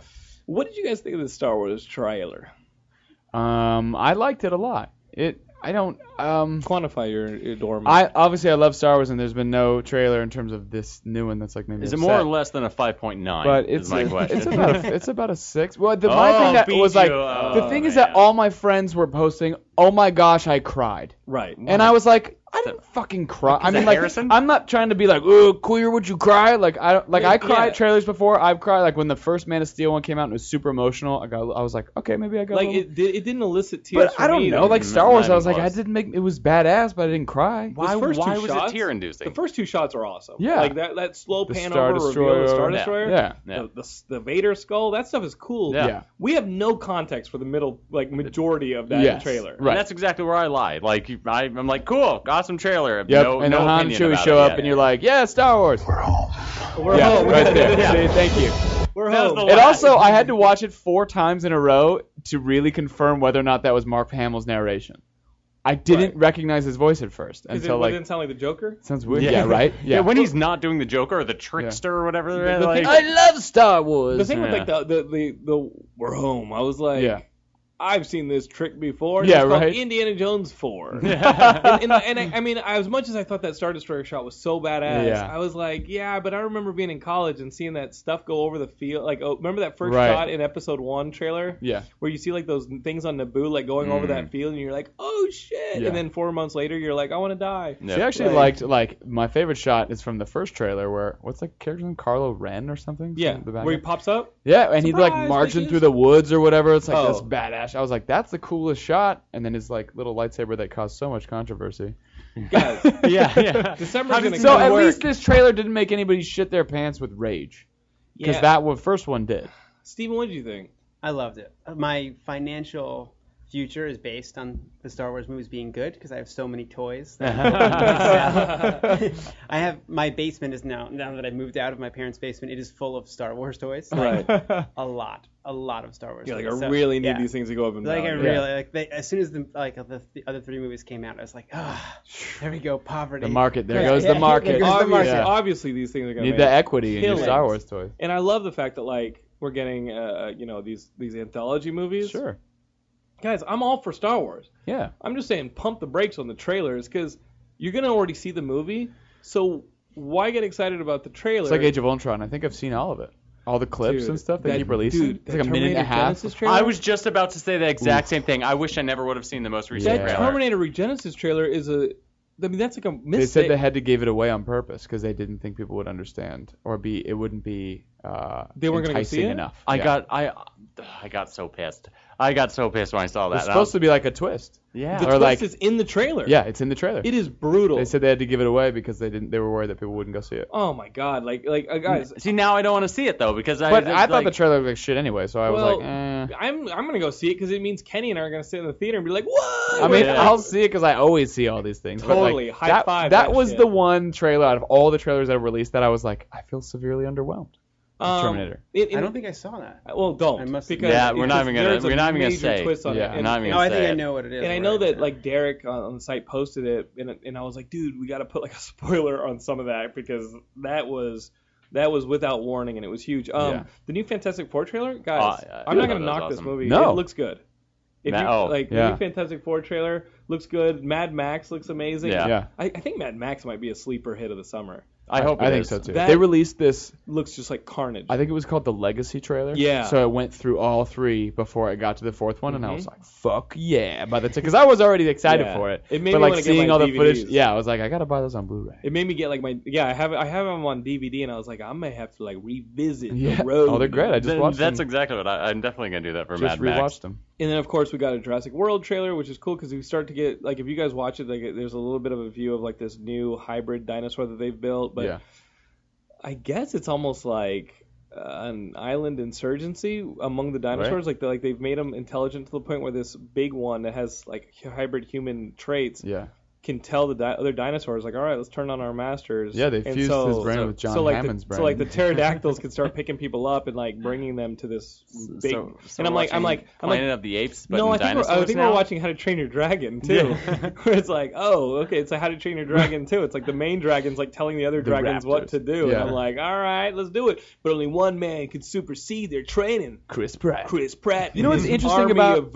Speaker 1: what did you guys think of the Star Wars trailer?
Speaker 4: Um, I liked it a lot. It I don't um
Speaker 1: Quantify your, your dorm.
Speaker 4: I obviously I love Star Wars and there's been no trailer in terms of this new one that's like maybe
Speaker 2: Is
Speaker 4: a
Speaker 2: it more
Speaker 4: set.
Speaker 2: or less than a 5.9?
Speaker 4: But it's
Speaker 2: is my
Speaker 4: a-
Speaker 2: question.
Speaker 4: it's about a, it's about a six. Well, the my
Speaker 2: Oh,
Speaker 4: thing that
Speaker 2: beat
Speaker 4: was like
Speaker 2: you. Oh,
Speaker 4: the thing is
Speaker 2: man.
Speaker 4: that all my friends were posting, "Oh my gosh, I cried,"
Speaker 1: right.
Speaker 4: and I was like, "I didn't fucking cry." I
Speaker 2: Is
Speaker 4: mean,
Speaker 2: that
Speaker 4: like,
Speaker 2: Harrison?
Speaker 4: I'm not trying to be like, "Oh, queer, would you cry?" Like I don't like I cried
Speaker 1: yeah.
Speaker 4: trailers before. I've cried like when the first Man of Steel one came out and it was super emotional. I got I was like, okay, maybe I got a
Speaker 1: like
Speaker 4: little-
Speaker 1: it, did, it didn't elicit tears.
Speaker 4: But
Speaker 1: from
Speaker 4: I don't
Speaker 1: me
Speaker 4: know.
Speaker 1: either.
Speaker 4: Like
Speaker 2: Not
Speaker 4: Star Wars, I
Speaker 2: even
Speaker 4: was like, I
Speaker 2: close.
Speaker 4: didn't make it was badass, but I didn't cry.
Speaker 2: why
Speaker 1: Those first two
Speaker 2: why was
Speaker 1: shots-
Speaker 2: it tear inducing?
Speaker 1: the first two shots are awesome.
Speaker 4: Yeah.
Speaker 1: Like that that slow
Speaker 4: The
Speaker 1: pan
Speaker 4: Star
Speaker 1: over reveal of the Star
Speaker 4: Destroyer.
Speaker 1: Destroyer.
Speaker 4: Yeah.
Speaker 2: Yeah.
Speaker 1: The, the the Vader skull. That stuff is cool.
Speaker 2: Yeah.
Speaker 4: Yeah.
Speaker 1: We have no context for the middle like majority of that
Speaker 4: Yes.
Speaker 1: trailer.
Speaker 4: Right.
Speaker 2: And that's exactly where I lied. Like you- I, I'm like, cool, awesome trailer.
Speaker 4: Yep.
Speaker 2: No,
Speaker 4: and
Speaker 2: no
Speaker 4: then Han and
Speaker 2: opinion
Speaker 4: Chewie
Speaker 2: about
Speaker 4: show
Speaker 2: it
Speaker 4: up,
Speaker 2: yet.
Speaker 4: and you're like, yeah, Star Wars.
Speaker 1: We're
Speaker 4: yeah,
Speaker 1: home.
Speaker 4: right there.
Speaker 1: Yeah.
Speaker 4: See, thank you.
Speaker 1: We're
Speaker 2: That was
Speaker 1: home.
Speaker 2: the
Speaker 4: It
Speaker 2: Wow.
Speaker 4: also, I had to watch it four times in a row to really confirm whether or not that was Mark Hamill's narration. I didn't recognize his voice at first
Speaker 1: Because
Speaker 4: until
Speaker 1: it
Speaker 4: like
Speaker 1: didn't sound like the Joker.
Speaker 4: sounds weird. Yeah, right.
Speaker 2: Yeah. when he's not doing the Joker or the Trickster or whatever, they're like,
Speaker 4: I love Star Wars.
Speaker 1: The thing with
Speaker 2: Yeah.
Speaker 1: like the, the the the we're home. I was like,
Speaker 4: yeah,
Speaker 1: I've seen this trick before. and
Speaker 4: Yeah,
Speaker 1: it's called
Speaker 4: right.
Speaker 1: Indiana Jones Four.
Speaker 2: Yeah.
Speaker 1: and and, I, and I, I mean, I, as much as I thought that Star Destroyer shot was so badass,
Speaker 4: Yeah.
Speaker 1: I was like, yeah, but I remember being in college and seeing that stuff go over the field. Like, oh, remember that first
Speaker 4: Right.
Speaker 1: shot in Episode One trailer?
Speaker 4: yeah. Mm.
Speaker 1: Where you see like those things on Naboo like going over that field, and you're like, oh shit!
Speaker 4: Yeah.
Speaker 1: And then four months later, you're like, I want to die.
Speaker 2: Yeah.
Speaker 4: See, I actually
Speaker 1: Like-
Speaker 4: liked like my favorite shot is from the first trailer where what's that character's name? Carlo Ren or something?
Speaker 1: Yeah,
Speaker 4: The bad
Speaker 1: where he
Speaker 4: guy?
Speaker 1: pops up.
Speaker 4: Yeah, and he's like
Speaker 1: Surprise,
Speaker 4: marching
Speaker 1: bitches.
Speaker 4: through the woods or whatever. It's like that's
Speaker 1: Oh.
Speaker 4: badass. I was like, that's the coolest shot. And then his like little lightsaber that caused so much controversy.
Speaker 1: Guys,
Speaker 2: yeah, yeah.
Speaker 1: December's
Speaker 2: How did-
Speaker 1: gonna
Speaker 4: So
Speaker 1: come
Speaker 4: at
Speaker 1: work.
Speaker 4: least this trailer didn't make anybody shit their pants with rage, because
Speaker 1: yeah.
Speaker 4: that one first one did.
Speaker 1: Steven, what did you think?
Speaker 3: I loved it. Uh, My financial future is based on the Star Wars movies being good because I have so many toys. that I can sell. I have my basement is now now that I moved out of my parents' basement, it is full of Star Wars toys. Like, a lot, a lot of Star Wars.
Speaker 1: Yeah, like I
Speaker 3: toys. So,
Speaker 1: really need
Speaker 3: yeah.
Speaker 1: these things to go up and
Speaker 3: Like I
Speaker 1: down.
Speaker 3: really like they, as soon as the like the, the other three movies came out, I was like, ah, there we go, poverty.
Speaker 4: The market, there
Speaker 3: Yeah,
Speaker 4: goes
Speaker 3: yeah,
Speaker 4: the
Speaker 3: there
Speaker 4: market.
Speaker 3: goes the
Speaker 1: Obviously,
Speaker 3: market.
Speaker 4: Yeah.
Speaker 1: obviously these things are gonna
Speaker 4: Need
Speaker 1: make-
Speaker 4: the equity in your
Speaker 1: Killings.
Speaker 4: Star Wars toys.
Speaker 1: And I love the fact that like we're getting uh, you know these these anthology movies.
Speaker 4: Sure.
Speaker 1: Guys, I'm all for Star Wars.
Speaker 4: Yeah.
Speaker 1: I'm just saying pump the brakes on the trailers because you're gonna already see the movie. So why get excited about the trailer?
Speaker 4: It's like Age of Ultron. I think I've seen all of it, all the clips
Speaker 1: Dude,
Speaker 4: and stuff they
Speaker 1: that-
Speaker 4: keep releasing.
Speaker 1: Dude,
Speaker 4: it's like a minute and a half.
Speaker 2: I was just about to say the exact same thing. I wish I never would have seen the most recent
Speaker 1: that
Speaker 4: Yeah.
Speaker 2: trailer.
Speaker 1: Terminator Regenesis trailer is a. I mean that's like a
Speaker 4: They
Speaker 1: mistake.
Speaker 4: said they had to give it away on purpose because they didn't think people would understand or be it wouldn't be uh,
Speaker 1: They weren't gonna go see
Speaker 4: enticing
Speaker 1: it?
Speaker 4: enough.
Speaker 2: I
Speaker 4: Yeah.
Speaker 2: got I I got so pissed. I got so pissed when I saw that.
Speaker 4: It's
Speaker 2: And I was-
Speaker 4: supposed to be like a twist.
Speaker 2: yeah.
Speaker 1: the
Speaker 4: or
Speaker 1: twist
Speaker 4: like-
Speaker 1: is in the trailer.
Speaker 4: Yeah, it's in the trailer.
Speaker 1: It is brutal.
Speaker 4: They said they had to give it away because they didn't. They were worried that people wouldn't go see it.
Speaker 1: oh my god, like like uh, guys,
Speaker 2: See now I don't want to see it though because I
Speaker 4: But I thought
Speaker 2: like,
Speaker 4: the trailer looked like shit anyway, so I was
Speaker 1: Well,
Speaker 4: like, eh.
Speaker 1: I'm I'm gonna go see it because it means Kenny and I are gonna sit in the theater and be like, what?
Speaker 4: I mean,
Speaker 2: Yeah.
Speaker 4: I'll see it because I always see all these things.
Speaker 1: Totally.
Speaker 4: But like,
Speaker 1: High
Speaker 4: that,
Speaker 1: five
Speaker 4: That
Speaker 1: that
Speaker 4: was
Speaker 1: shit.
Speaker 4: the one trailer out of all the trailers that were released that I was like, I feel severely underwhelmed.
Speaker 1: Um,
Speaker 4: Terminator.
Speaker 1: it-
Speaker 3: I
Speaker 1: it-
Speaker 3: don't think I saw that.
Speaker 1: Well, don't.
Speaker 3: I must-
Speaker 1: because
Speaker 2: Yeah, we're not
Speaker 1: because
Speaker 2: even gonna-
Speaker 1: there's a
Speaker 2: we're not even gonna
Speaker 1: major
Speaker 2: say.
Speaker 1: twist on
Speaker 4: Yeah,
Speaker 1: it.
Speaker 4: we're
Speaker 1: And,
Speaker 4: not
Speaker 1: and-
Speaker 4: even
Speaker 3: No, I think
Speaker 2: say
Speaker 3: I
Speaker 2: it.
Speaker 3: know what it is.
Speaker 1: and I know
Speaker 3: already.
Speaker 1: that like Derek on, on the site posted it, and and I was like, dude, we got to put like a spoiler on some of that because that was that was without warning and it was huge. Um,
Speaker 4: Yeah.
Speaker 1: the new Fantastic Four trailer, guys,
Speaker 2: Uh,
Speaker 1: I'm not
Speaker 2: I
Speaker 1: gonna
Speaker 2: thought that
Speaker 1: knock
Speaker 2: was
Speaker 1: this
Speaker 2: awesome.
Speaker 1: movie.
Speaker 4: No.
Speaker 1: it looks good. If
Speaker 2: Ma-
Speaker 1: you,
Speaker 2: oh,
Speaker 1: like the
Speaker 4: yeah.
Speaker 1: new Fantastic Four trailer looks good. Mad Max looks amazing.
Speaker 2: Yeah.
Speaker 4: Yeah.
Speaker 1: I, I think Mad Max might be a sleeper hit of the summer.
Speaker 2: I hope
Speaker 4: I
Speaker 2: it
Speaker 4: think
Speaker 2: is.
Speaker 4: so too.
Speaker 1: That-
Speaker 4: they released this.
Speaker 1: Looks just like Carnage.
Speaker 4: I think it was called the Legacy trailer.
Speaker 1: Yeah.
Speaker 4: So it went through all three before it got to the fourth one, and I was
Speaker 2: Mm-hmm.
Speaker 4: like, "Fuck yeah!" By the time, because I was already excited
Speaker 1: Yeah.
Speaker 4: for it.
Speaker 1: It made
Speaker 4: but
Speaker 1: me
Speaker 4: like
Speaker 1: wanna get
Speaker 4: seeing
Speaker 1: my
Speaker 4: all the footage,
Speaker 1: DVDs.
Speaker 4: yeah, I was like, I gotta buy those on Blu-ray.
Speaker 1: It made me get like my yeah. I have I have them on DVD, and I was like, I may have to like revisit
Speaker 4: Yeah.
Speaker 1: the road.
Speaker 4: Oh, they're great. I just
Speaker 2: Then
Speaker 4: watched
Speaker 2: that's
Speaker 4: them.
Speaker 2: exactly what I, I'm definitely gonna do that for Mad
Speaker 4: just
Speaker 2: Max.
Speaker 4: rewatched them.
Speaker 1: And then of course we got a Jurassic World trailer, which is cool because we start to get like if you guys watch it, like there's a little bit of a view of like this new hybrid dinosaur that they've built. But
Speaker 4: yeah.
Speaker 1: I guess it's almost like uh, an island insurgency among the dinosaurs. Like they like they've made them intelligent to the point where this big one that has like hybrid human traits
Speaker 4: Yeah.
Speaker 1: can tell the di- other dinosaurs, like, all right, let's turn on our masters.
Speaker 4: Yeah, they
Speaker 1: And
Speaker 4: fused
Speaker 1: so-
Speaker 4: his brain
Speaker 1: so-
Speaker 4: with John
Speaker 1: so like
Speaker 4: Hammond's
Speaker 1: the,
Speaker 4: brain.
Speaker 1: So like the pterodactyls can start picking people up and like bringing them to this big. and I'm like, I'm like, I'm like,
Speaker 2: Planet of the Apes, but
Speaker 1: no, I
Speaker 2: in
Speaker 1: think, we're, I
Speaker 2: dinosaurs
Speaker 1: think
Speaker 2: now?
Speaker 1: we're watching How to Train Your Dragon too.
Speaker 2: Yeah.
Speaker 1: Where it's like, oh, okay, it's a How to Train Your Dragon too. It's like the main dragon's like telling the other
Speaker 2: The
Speaker 1: dragons what
Speaker 2: raptors.
Speaker 1: to do, and
Speaker 4: Yeah.
Speaker 1: I'm like, all right, let's do it. But only one man can supersede their training.
Speaker 4: Chris Pratt
Speaker 1: Chris Pratt.
Speaker 4: You know what's
Speaker 1: and his
Speaker 4: interesting
Speaker 1: army
Speaker 4: about-
Speaker 1: of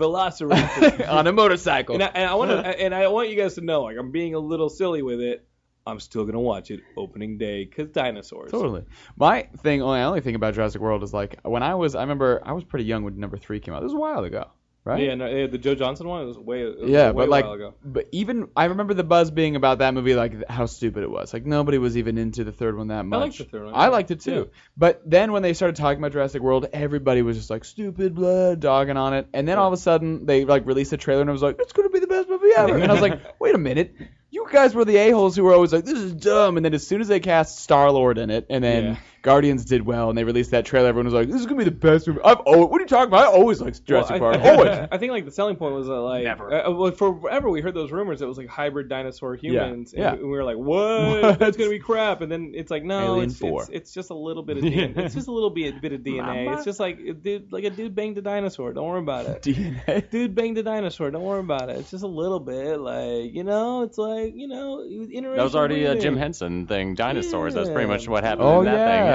Speaker 1: Velociraptors?
Speaker 4: on a motorcycle.
Speaker 1: and I, and I want to, and I want you guys to know, like, I'm being a little silly with it. I'm still gonna watch it opening day because dinosaurs.
Speaker 4: Totally. My thing, only only thing about Jurassic World is like when I was, I remember I was pretty young when number three came out. This was a while ago, right?
Speaker 1: Yeah, no, yeah, the Joe Johnson one it was way. It was
Speaker 4: yeah,
Speaker 1: way
Speaker 4: but
Speaker 1: a
Speaker 4: like,
Speaker 1: while ago.
Speaker 4: but even I remember the buzz being about that movie, like th- how stupid it was. Like nobody was even into the third one that much.
Speaker 1: liked the third one,
Speaker 4: I
Speaker 1: yeah.
Speaker 4: liked it too.
Speaker 1: Yeah.
Speaker 4: But then when they started talking about Jurassic World, everybody was just like stupid, blah, dogging on it. And then all of a sudden they like released a trailer and it was like, it's gonna be the best movie ever. and I was like, wait a minute, you guys were the a holes who were always like, this is dumb. And then as soon as they cast Star Lord in it, and then
Speaker 1: Yeah.
Speaker 4: Guardians did well, and they released that trailer, everyone was like, this is gonna be the best movie. I've always, what are you talking about? I always liked Jurassic
Speaker 1: Well, I-
Speaker 4: Park. always.
Speaker 1: I think like the selling point was that like
Speaker 2: Never.
Speaker 1: uh, well, forever we heard those rumors that it was like hybrid dinosaur humans
Speaker 4: yeah.
Speaker 1: And, we, and we were like what?
Speaker 4: What?
Speaker 1: that's gonna be crap and then it's like no
Speaker 4: Alien
Speaker 1: it's,
Speaker 4: four.
Speaker 1: it's it's just a little bit of DNA. it's just a little bit bit of DNA it's just like a dude like a dude banged a dinosaur don't worry about it
Speaker 4: DNA.
Speaker 1: dude banged a dinosaur don't worry about it it's just a little bit like you know it's like you know it was
Speaker 2: That was already a
Speaker 1: interracial
Speaker 2: Jim
Speaker 1: wedding.
Speaker 2: Henson thing, dinosaurs. That's pretty much
Speaker 1: Yeah.
Speaker 2: what happened
Speaker 4: Oh
Speaker 2: in
Speaker 4: yeah.
Speaker 2: that thing.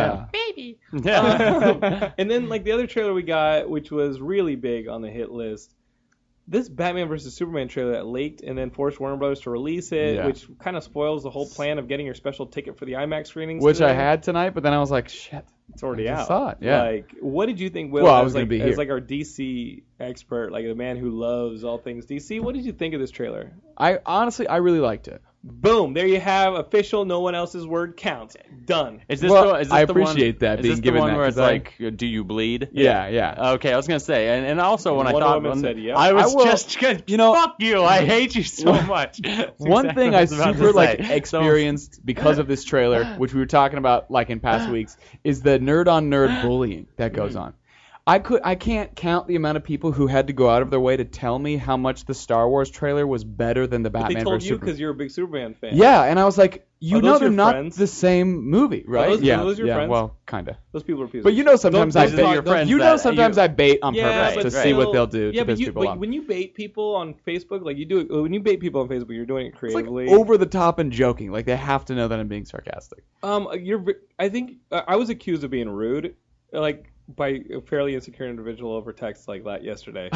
Speaker 2: Yeah. yeah.
Speaker 1: and then like the other trailer we got, which was really big on the hit list, this Batman vs Superman trailer that leaked and then forced Warner Brothers to release it,
Speaker 4: Yeah.
Speaker 1: which kind of spoils the whole plan of getting your special ticket for the IMAX screenings.
Speaker 4: Which I
Speaker 1: today.
Speaker 4: had tonight, but then I was like, shit.
Speaker 1: It's already
Speaker 4: I just
Speaker 1: out.
Speaker 4: saw it, yeah.
Speaker 1: Like, what did you think, Will?
Speaker 4: Well, I
Speaker 1: as,
Speaker 4: was gonna
Speaker 1: like,
Speaker 4: be
Speaker 1: as
Speaker 4: here.
Speaker 1: like our DC expert, like the man who loves all things DC. What did you think of this trailer?
Speaker 4: I honestly, I really liked it.
Speaker 1: Boom! There you have official. No one else's word counts. Done.
Speaker 2: Is this,
Speaker 4: Well,
Speaker 2: the, is this
Speaker 4: I
Speaker 2: the
Speaker 4: appreciate
Speaker 2: one,
Speaker 4: that
Speaker 2: is
Speaker 4: being
Speaker 2: this
Speaker 4: given
Speaker 2: the one
Speaker 4: that,
Speaker 2: where
Speaker 4: 'cause
Speaker 2: it's
Speaker 4: I-
Speaker 2: like, uh, do you bleed?
Speaker 4: Yeah, yeah.
Speaker 2: Okay, I was gonna say, and, and also when
Speaker 1: Wonder
Speaker 2: I thought
Speaker 1: Woman
Speaker 2: when-
Speaker 1: said, "Yep."
Speaker 2: I was
Speaker 4: I will-
Speaker 2: just gonna,
Speaker 4: you know-
Speaker 2: fuck you, I hate you so much. That's
Speaker 4: One
Speaker 2: exactly
Speaker 4: thing
Speaker 2: what
Speaker 4: I
Speaker 2: was about to
Speaker 4: super like
Speaker 2: say.
Speaker 4: experienced because of this trailer, which we were talking about like in past weeks, is the nerd on nerd bullying that goes
Speaker 1: Mm.
Speaker 4: on. I could I can't count the amount of people who had to go out of their way to tell me how much the Star Wars trailer was better than the
Speaker 1: They
Speaker 4: Batman
Speaker 1: told
Speaker 4: vs
Speaker 1: you
Speaker 4: Superman.
Speaker 1: because you're a big Superman fan.
Speaker 4: Yeah, and I was like, you
Speaker 1: Are
Speaker 4: know
Speaker 1: those
Speaker 4: they're
Speaker 1: your
Speaker 4: not
Speaker 1: friends?
Speaker 4: the same movie, right?
Speaker 1: those- are
Speaker 4: yeah,
Speaker 1: those your
Speaker 4: yeah,
Speaker 1: friends?
Speaker 4: well, kinda.
Speaker 1: Those people are pieces.
Speaker 4: But you know sometimes
Speaker 1: Those-
Speaker 4: I
Speaker 1: those
Speaker 4: bait.
Speaker 1: are
Speaker 2: your friends
Speaker 4: you know
Speaker 2: that- you-
Speaker 4: sometimes I bait on purpose
Speaker 1: but
Speaker 4: to
Speaker 2: right.
Speaker 4: see what
Speaker 1: still-
Speaker 4: they'll do
Speaker 1: Yeah,
Speaker 4: to
Speaker 1: but
Speaker 4: piss
Speaker 1: you,
Speaker 4: people
Speaker 1: but
Speaker 4: off.
Speaker 1: when you bait people on Facebook, like you do it when you bait people on Facebook, you're doing it
Speaker 4: It's like
Speaker 1: creatively.
Speaker 4: over the top and joking. Like they have to know that I'm being sarcastic.
Speaker 1: um, you're. v- I think uh, I was accused of being rude, like by a fairly insecure individual over text like that yesterday.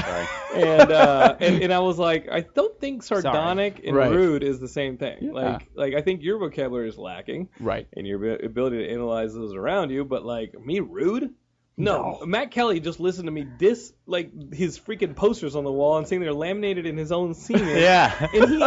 Speaker 1: and, uh, and and I was like, I don't think sardonic and
Speaker 4: Right.
Speaker 1: rude is the same thing.
Speaker 4: Yeah.
Speaker 1: Like like I think your vocabulary is lacking.
Speaker 4: Right.
Speaker 1: and your abi- ability to analyze those around you, but like me rude? No. Matt Kelly just listened to me diss like his freaking posters on the wall and saying they're laminated in his own semen.
Speaker 2: yeah.
Speaker 1: And he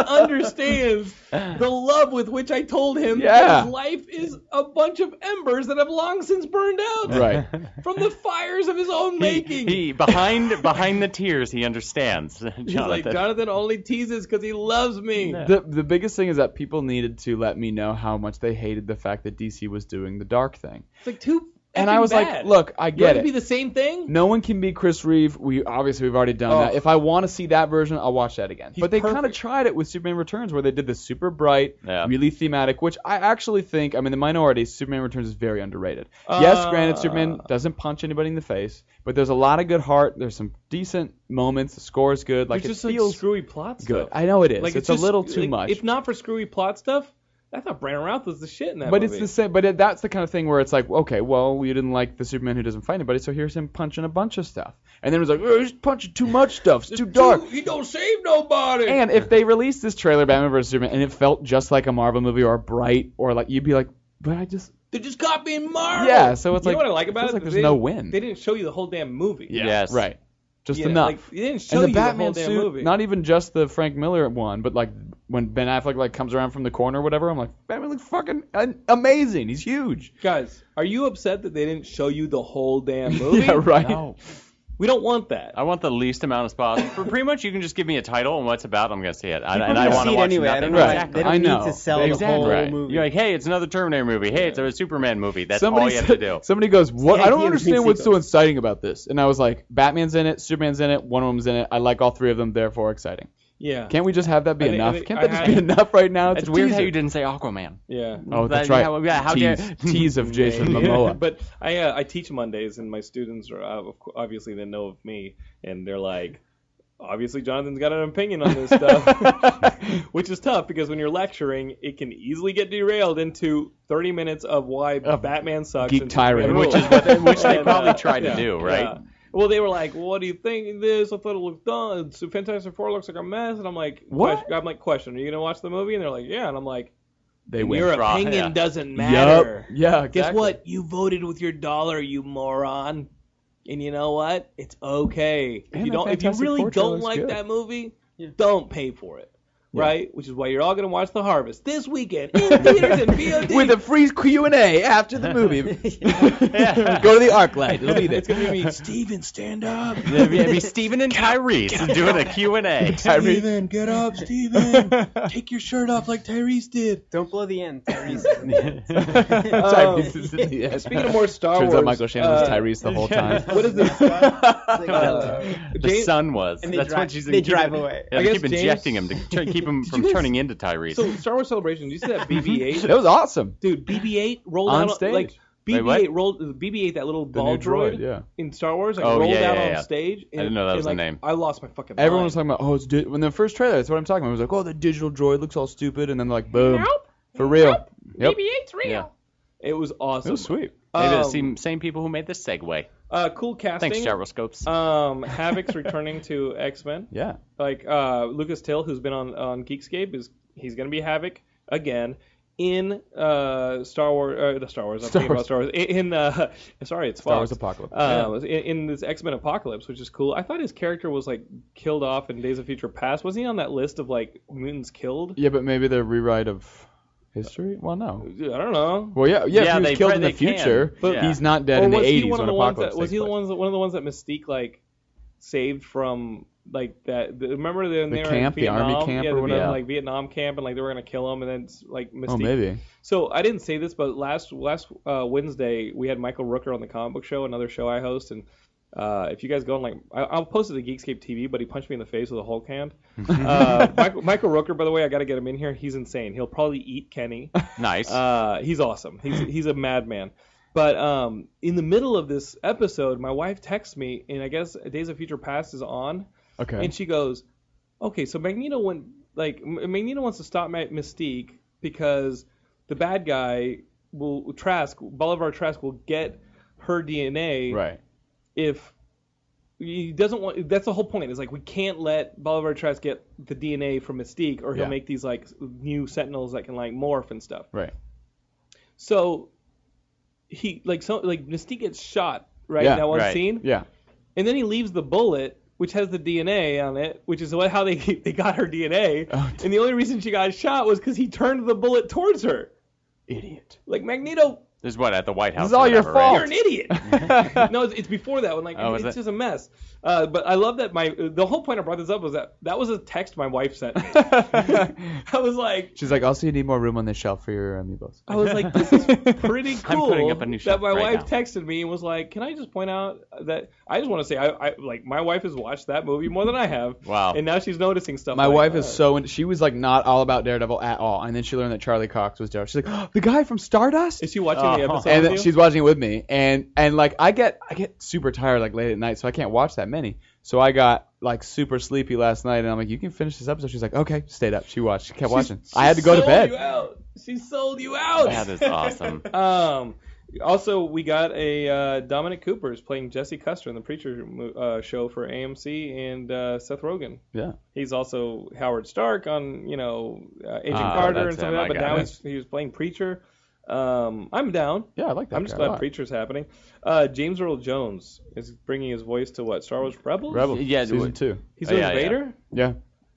Speaker 1: understands the love with which I told him
Speaker 4: Yeah.
Speaker 1: that his life is a bunch of embers that have long since burned out
Speaker 4: Right.
Speaker 1: from the fires of his own
Speaker 2: He,
Speaker 1: making.
Speaker 2: he- behind behind the tears, he understands. Jonathan.
Speaker 1: He's like, Jonathan only teases because he loves me.
Speaker 4: The the biggest thing is that people needed to let me know how much they hated the fact that DC was doing the dark thing.
Speaker 1: It's like too.
Speaker 4: And I was like, look, I
Speaker 1: you want
Speaker 4: get
Speaker 1: to be
Speaker 4: it.
Speaker 1: the same thing?
Speaker 4: No one can be Chris Reeve. We obviously we've already done
Speaker 1: Oh.
Speaker 4: that. If I want to see that version, I'll watch that again.
Speaker 1: He's
Speaker 4: but they kind of
Speaker 1: perfect.
Speaker 4: tried it with Superman Returns, where they did this super bright,
Speaker 2: Yeah.
Speaker 4: really thematic. Which I actually think, I mean, the minority Superman Returns is very underrated. yes, granted,
Speaker 1: Uh.
Speaker 4: Superman doesn't punch anybody in the face, but there's a lot of good heart. There's some decent moments. The score is good. Like
Speaker 1: There's
Speaker 4: it
Speaker 1: just
Speaker 4: feels
Speaker 1: like screwy plot
Speaker 4: good.
Speaker 1: stuff.
Speaker 4: I know it is.
Speaker 1: Like
Speaker 4: it's, a
Speaker 1: just-
Speaker 4: little too
Speaker 1: like,
Speaker 4: much.
Speaker 1: If not for screwy plot stuff, I thought Brandon Routh was the shit in that
Speaker 4: But
Speaker 1: movie.
Speaker 4: it's the same. But it, that's the kind of thing where it's like, okay, well, you didn't like the Superman who doesn't fight anybody, so here's him punching a bunch of stuff. And then it was like, oh, he's punching too much stuff. It's too dark.
Speaker 1: Dude, he don't save nobody.
Speaker 4: And if they released this trailer, Batman vs Superman, and it felt just like a Marvel movie or a bright, or like you'd be like, but I just
Speaker 1: They're just copying Marvel.
Speaker 4: yeah. So it's
Speaker 1: you
Speaker 4: like,
Speaker 1: know what I like about
Speaker 4: feels
Speaker 1: it?
Speaker 4: like there's
Speaker 1: They
Speaker 4: no
Speaker 1: didn't-
Speaker 4: win.
Speaker 1: They didn't show you the whole damn movie.
Speaker 2: Yeah. Yes.
Speaker 4: Right. Just
Speaker 1: Yeah,
Speaker 4: enough.
Speaker 1: Like, they didn't show
Speaker 4: and the
Speaker 1: you
Speaker 4: Batman
Speaker 1: the whole
Speaker 4: suit,
Speaker 1: damn movie.
Speaker 4: not even just the Frank Miller one, but like when Ben Affleck like comes around from the corner or whatever, I'm like, Batman looks fucking uh, amazing. He's huge.
Speaker 1: Guys, are you upset that they didn't show you the whole damn movie?
Speaker 4: yeah, right. Uh,
Speaker 1: We don't want that.
Speaker 2: I want the least amount as possible. For pretty much, you can just give me a title and what's about. I'm gonna see it, I,
Speaker 3: People
Speaker 2: and I
Speaker 3: go
Speaker 2: want to
Speaker 3: see it
Speaker 2: watch
Speaker 3: anyway.
Speaker 2: nothing.
Speaker 3: I don't know.
Speaker 4: Right.
Speaker 3: why They don't
Speaker 4: I know.
Speaker 3: need to sell
Speaker 4: Exactly.
Speaker 3: the whole
Speaker 4: Right.
Speaker 3: movie.
Speaker 2: You're like, hey, it's another Terminator movie. Hey, it's a Superman movie. That's all you have to
Speaker 4: said-
Speaker 2: do.
Speaker 4: Somebody goes, "What?
Speaker 3: Yeah,
Speaker 4: I don't
Speaker 3: he
Speaker 4: understand
Speaker 3: repeats
Speaker 4: what's so
Speaker 3: those.
Speaker 4: exciting about this." And I was like, "Batman's in it, Superman's in it, one of them's in it. I like all three of them. Therefore, exciting."
Speaker 1: Yeah.
Speaker 4: Can't we just have that be
Speaker 1: I think- I
Speaker 4: enough?
Speaker 1: think
Speaker 4: Can't
Speaker 1: I
Speaker 4: that just
Speaker 1: had-
Speaker 4: be enough right now? It's
Speaker 2: It's
Speaker 4: a
Speaker 2: weird how
Speaker 4: teaser.
Speaker 2: you didn't say Aquaman.
Speaker 1: Yeah.
Speaker 4: Oh, that's
Speaker 2: That-
Speaker 4: right.
Speaker 2: yeah, yeah, how dare-
Speaker 4: tease, tease of Jason
Speaker 1: Yeah,
Speaker 4: Momoa.
Speaker 1: but I uh, I teach Mondays, and my students are uh, of cou- obviously they know of me, and they're like, obviously Jonathan's got an opinion on this stuff, which is tough because when you're lecturing, it can easily get derailed into 30 minutes of why Batman sucks,
Speaker 4: geek
Speaker 1: and
Speaker 4: tirade.
Speaker 1: Superman
Speaker 4: Which
Speaker 1: rules.
Speaker 4: is what they-
Speaker 2: which they
Speaker 1: And,
Speaker 2: probably tried to do, right?
Speaker 1: Well, they were like, "What do you think of this? I thought it looked done. So Fantastic Four looks like a mess." And I'm like,
Speaker 4: What?
Speaker 1: question- I'm like, "Question: Are you gonna watch the movie?" And they're like, "Yeah." And I'm like,
Speaker 4: they win.
Speaker 1: "Your
Speaker 2: Right,
Speaker 1: opinion
Speaker 2: yeah.
Speaker 1: doesn't matter."
Speaker 4: Yep. Yeah.
Speaker 1: Guess
Speaker 4: exactly.
Speaker 1: what? You voted with your dollar, you moron. And you know what? It's okay. If
Speaker 4: And
Speaker 1: you
Speaker 4: that
Speaker 1: don't if you
Speaker 4: Fantastic
Speaker 1: really
Speaker 4: Four
Speaker 1: don't
Speaker 4: trailer's
Speaker 1: like
Speaker 4: good.
Speaker 1: that movie,
Speaker 3: Yeah.
Speaker 1: don't pay for it.
Speaker 4: Yeah.
Speaker 1: Right? Which is why you're all gonna watch The Harvest this weekend in theaters and VOD.
Speaker 4: With a free Q and A after the movie. Go to the ArcLight. It'll be there.
Speaker 1: it's gonna be me, Steven, stand up.
Speaker 2: It'd be- it'd be Steven and Tyrese doing a Q&A.
Speaker 4: Tyrese.
Speaker 1: Steven, get up, Steven. Take your shirt off like Tyrese did.
Speaker 3: Don't blow the end. Tyrese. Oh,
Speaker 4: Tyrese is in the end.
Speaker 1: Oh. Speaking of more Star
Speaker 4: Turns
Speaker 1: Wars,
Speaker 4: out Michael Shannon was
Speaker 1: uh,
Speaker 4: Tyrese the whole time.
Speaker 1: What is this?
Speaker 3: Uh,
Speaker 2: The
Speaker 1: James-
Speaker 2: son was.
Speaker 3: and they
Speaker 2: That's
Speaker 3: drive,
Speaker 2: what she's
Speaker 3: they
Speaker 2: keep-
Speaker 3: drive away.
Speaker 2: Yeah,
Speaker 1: I
Speaker 2: they
Speaker 1: guess
Speaker 2: keep
Speaker 1: James-
Speaker 2: injecting him to try, keep him from
Speaker 1: you guys-
Speaker 2: turning into Tyrese.
Speaker 1: So Star Wars Celebration, did you see that BB-8?
Speaker 4: That was awesome.
Speaker 1: Dude, BB-8 rolled
Speaker 4: On
Speaker 1: out
Speaker 4: stage.
Speaker 1: like
Speaker 2: Wait, what?
Speaker 1: BB-8 rolled BB-8 that little
Speaker 4: The
Speaker 1: ball
Speaker 4: new droid,
Speaker 1: droid,
Speaker 4: yeah.
Speaker 1: in Star Wars like
Speaker 2: Oh,
Speaker 1: rolled
Speaker 2: yeah,
Speaker 1: out
Speaker 2: yeah,
Speaker 1: on
Speaker 2: yeah.
Speaker 1: stage. And,
Speaker 2: didn't know that
Speaker 1: and,
Speaker 2: was the
Speaker 1: like,
Speaker 2: name.
Speaker 1: I lost my fucking.
Speaker 4: Everyone
Speaker 1: mind.
Speaker 4: was talking about, oh, it's di-. when the first trailer. That's what I'm talking about. It was like, oh, the digital droid looks all stupid, and then like, boom, for real. Yep.
Speaker 5: BB-8's real.
Speaker 2: Yeah.
Speaker 1: It was awesome.
Speaker 4: It was sweet.
Speaker 2: Maybe the
Speaker 1: Um,
Speaker 2: same, same people who made the Segway.
Speaker 1: Uh, cool casting.
Speaker 2: Thanks, gyroscopes.
Speaker 1: Um, Havoc's returning to X-Men.
Speaker 4: Yeah.
Speaker 1: Like uh, Lucas Till, who's been on on Geekscape, is he's gonna be Havoc again in uh Star Wars. Uh, the Star Wars. I'm
Speaker 4: Star
Speaker 1: thinking about
Speaker 4: Wars.
Speaker 1: Star Wars. In, in, uh, sorry, it's
Speaker 4: Star
Speaker 1: Fox.
Speaker 4: Wars Apocalypse.
Speaker 1: Uh, was in, in this X Men Apocalypse, which is cool. I thought his character was like killed off in Days of Future Past. Wasn't he on that list of like mutants killed?
Speaker 4: yeah, but maybe the rewrite of history. Well, no.
Speaker 1: Dude, I don't know.
Speaker 4: Well, yeah, yeah.
Speaker 2: Yeah,
Speaker 4: if he
Speaker 2: they
Speaker 4: was killed
Speaker 2: pre-
Speaker 4: in the
Speaker 2: they can,
Speaker 4: future,
Speaker 2: but- Yeah.
Speaker 4: he's not dead
Speaker 1: Or
Speaker 4: in the
Speaker 1: was he
Speaker 4: 80s
Speaker 1: one of
Speaker 4: when
Speaker 1: the ones that
Speaker 4: Apocalypse.
Speaker 1: was
Speaker 4: takes
Speaker 1: he the
Speaker 4: place.
Speaker 1: ones that, one of the ones that Mystique like saved from like that? The, remember the,
Speaker 4: The camp, the army camp
Speaker 1: yeah,
Speaker 4: or
Speaker 1: they were in,
Speaker 4: whatever?
Speaker 1: like Vietnam camp, and like they were gonna kill him, and then like Mystique.
Speaker 4: Oh, maybe.
Speaker 1: So I didn't say this, but last last uh, Wednesday we had Michael Rooker on the comic book show, another show I host, and uh, if you guys go on like I, I'll post it to Geekscape TV, but he punched me in the face with a Hulk hand. uh, Michael, Michael Rooker, by the way, I got to get him in here. He's insane. He'll probably eat Kenny.
Speaker 2: nice.
Speaker 1: Uh, he's awesome. He's he's a madman. But um, in the middle of this episode, my wife texts me, and I guess Days of Future Past is on,
Speaker 4: Okay.
Speaker 1: and she goes, "Okay, so Magneto went like M- Magneto wants to stop Ma- Mystique because the bad guy will Trask Bolivar Trask will get her DNA
Speaker 4: right.
Speaker 1: if." He doesn't want. That's the whole point. Is like we can't let Bolivar Trask get the DNA from Mystique, or he'll
Speaker 4: Yeah.
Speaker 1: make these like new Sentinels that can like morph and stuff.
Speaker 4: Right.
Speaker 1: So he like so like Mystique gets shot right
Speaker 4: Yeah,
Speaker 1: in that one
Speaker 2: right.
Speaker 1: scene,
Speaker 4: Yeah.
Speaker 1: and then he leaves the bullet which has the DNA on it, which is what, how they they got her DNA.
Speaker 4: Oh,
Speaker 1: and the only reason she got shot was because he turned the bullet towards her.
Speaker 4: Idiot.
Speaker 1: Like Magneto,
Speaker 2: this is what at the White House.
Speaker 4: is
Speaker 2: or
Speaker 4: all your
Speaker 2: whatever, right?
Speaker 4: fault.
Speaker 1: you're an idiot. no, it's, it's before that one. Like
Speaker 2: Oh,
Speaker 1: it's
Speaker 2: is
Speaker 1: it's
Speaker 2: it?
Speaker 1: just a mess. Uh, but I love that my the whole point I brought this up was that that was a text my wife sent. me. I was like,
Speaker 4: She's like, also you need more room on the shelf for your amiibos.
Speaker 1: I was like, this is pretty
Speaker 2: I'm
Speaker 1: cool.
Speaker 2: putting up a new
Speaker 1: that
Speaker 2: shelf
Speaker 1: my
Speaker 2: right
Speaker 1: wife
Speaker 2: now.
Speaker 1: texted me and was like, can I just point out that I just want to say I, I like my wife has watched that movie more than I have.
Speaker 2: Wow.
Speaker 1: And now she's noticing stuff.
Speaker 4: My
Speaker 1: like,
Speaker 4: wife
Speaker 1: uh,
Speaker 4: is so in, she was like not all about Daredevil at all, and then she learned that Charlie Cox was Daredevil. She's like, "Oh, the guy from Stardust.
Speaker 1: Is she watching the
Speaker 2: Oh.
Speaker 1: episode?
Speaker 4: and
Speaker 1: with
Speaker 4: then
Speaker 1: you?
Speaker 4: she's watching it with me, and and like I get I get super tired like late at night, so I can't watch that many. So I got like super sleepy last night, and I'm like, you can finish this episode. She's like, okay, stayed up. She watched. She kept watching.
Speaker 1: She
Speaker 4: I had to go to
Speaker 1: sold
Speaker 4: bed.
Speaker 1: You out. She sold you out.
Speaker 2: That is awesome.
Speaker 1: um. Also, we got a uh, Dominic Cooper is playing Jesse Custer in the Preacher mo- uh, show for AMC, and uh, Seth Rogen.
Speaker 4: Yeah.
Speaker 1: He's also Howard Stark on you know uh, Agent
Speaker 2: Ah,
Speaker 1: Carter and
Speaker 2: that's
Speaker 1: stuff
Speaker 2: him,
Speaker 1: like that.
Speaker 2: I
Speaker 1: But now
Speaker 2: got it.
Speaker 1: he's he was playing Preacher. Um, I'm down.
Speaker 4: Yeah, I like that.
Speaker 1: I'm just
Speaker 4: guy a
Speaker 1: glad
Speaker 4: lot.
Speaker 1: Preacher's happening. Uh, James Earl Jones is bringing his voice to what Star Wars Rebels.
Speaker 4: Rebel.
Speaker 2: Yeah,
Speaker 4: season
Speaker 2: dude.
Speaker 4: two.
Speaker 1: He's
Speaker 2: Oh,
Speaker 1: doing
Speaker 2: yeah, yeah.
Speaker 1: Vader.
Speaker 4: Yeah.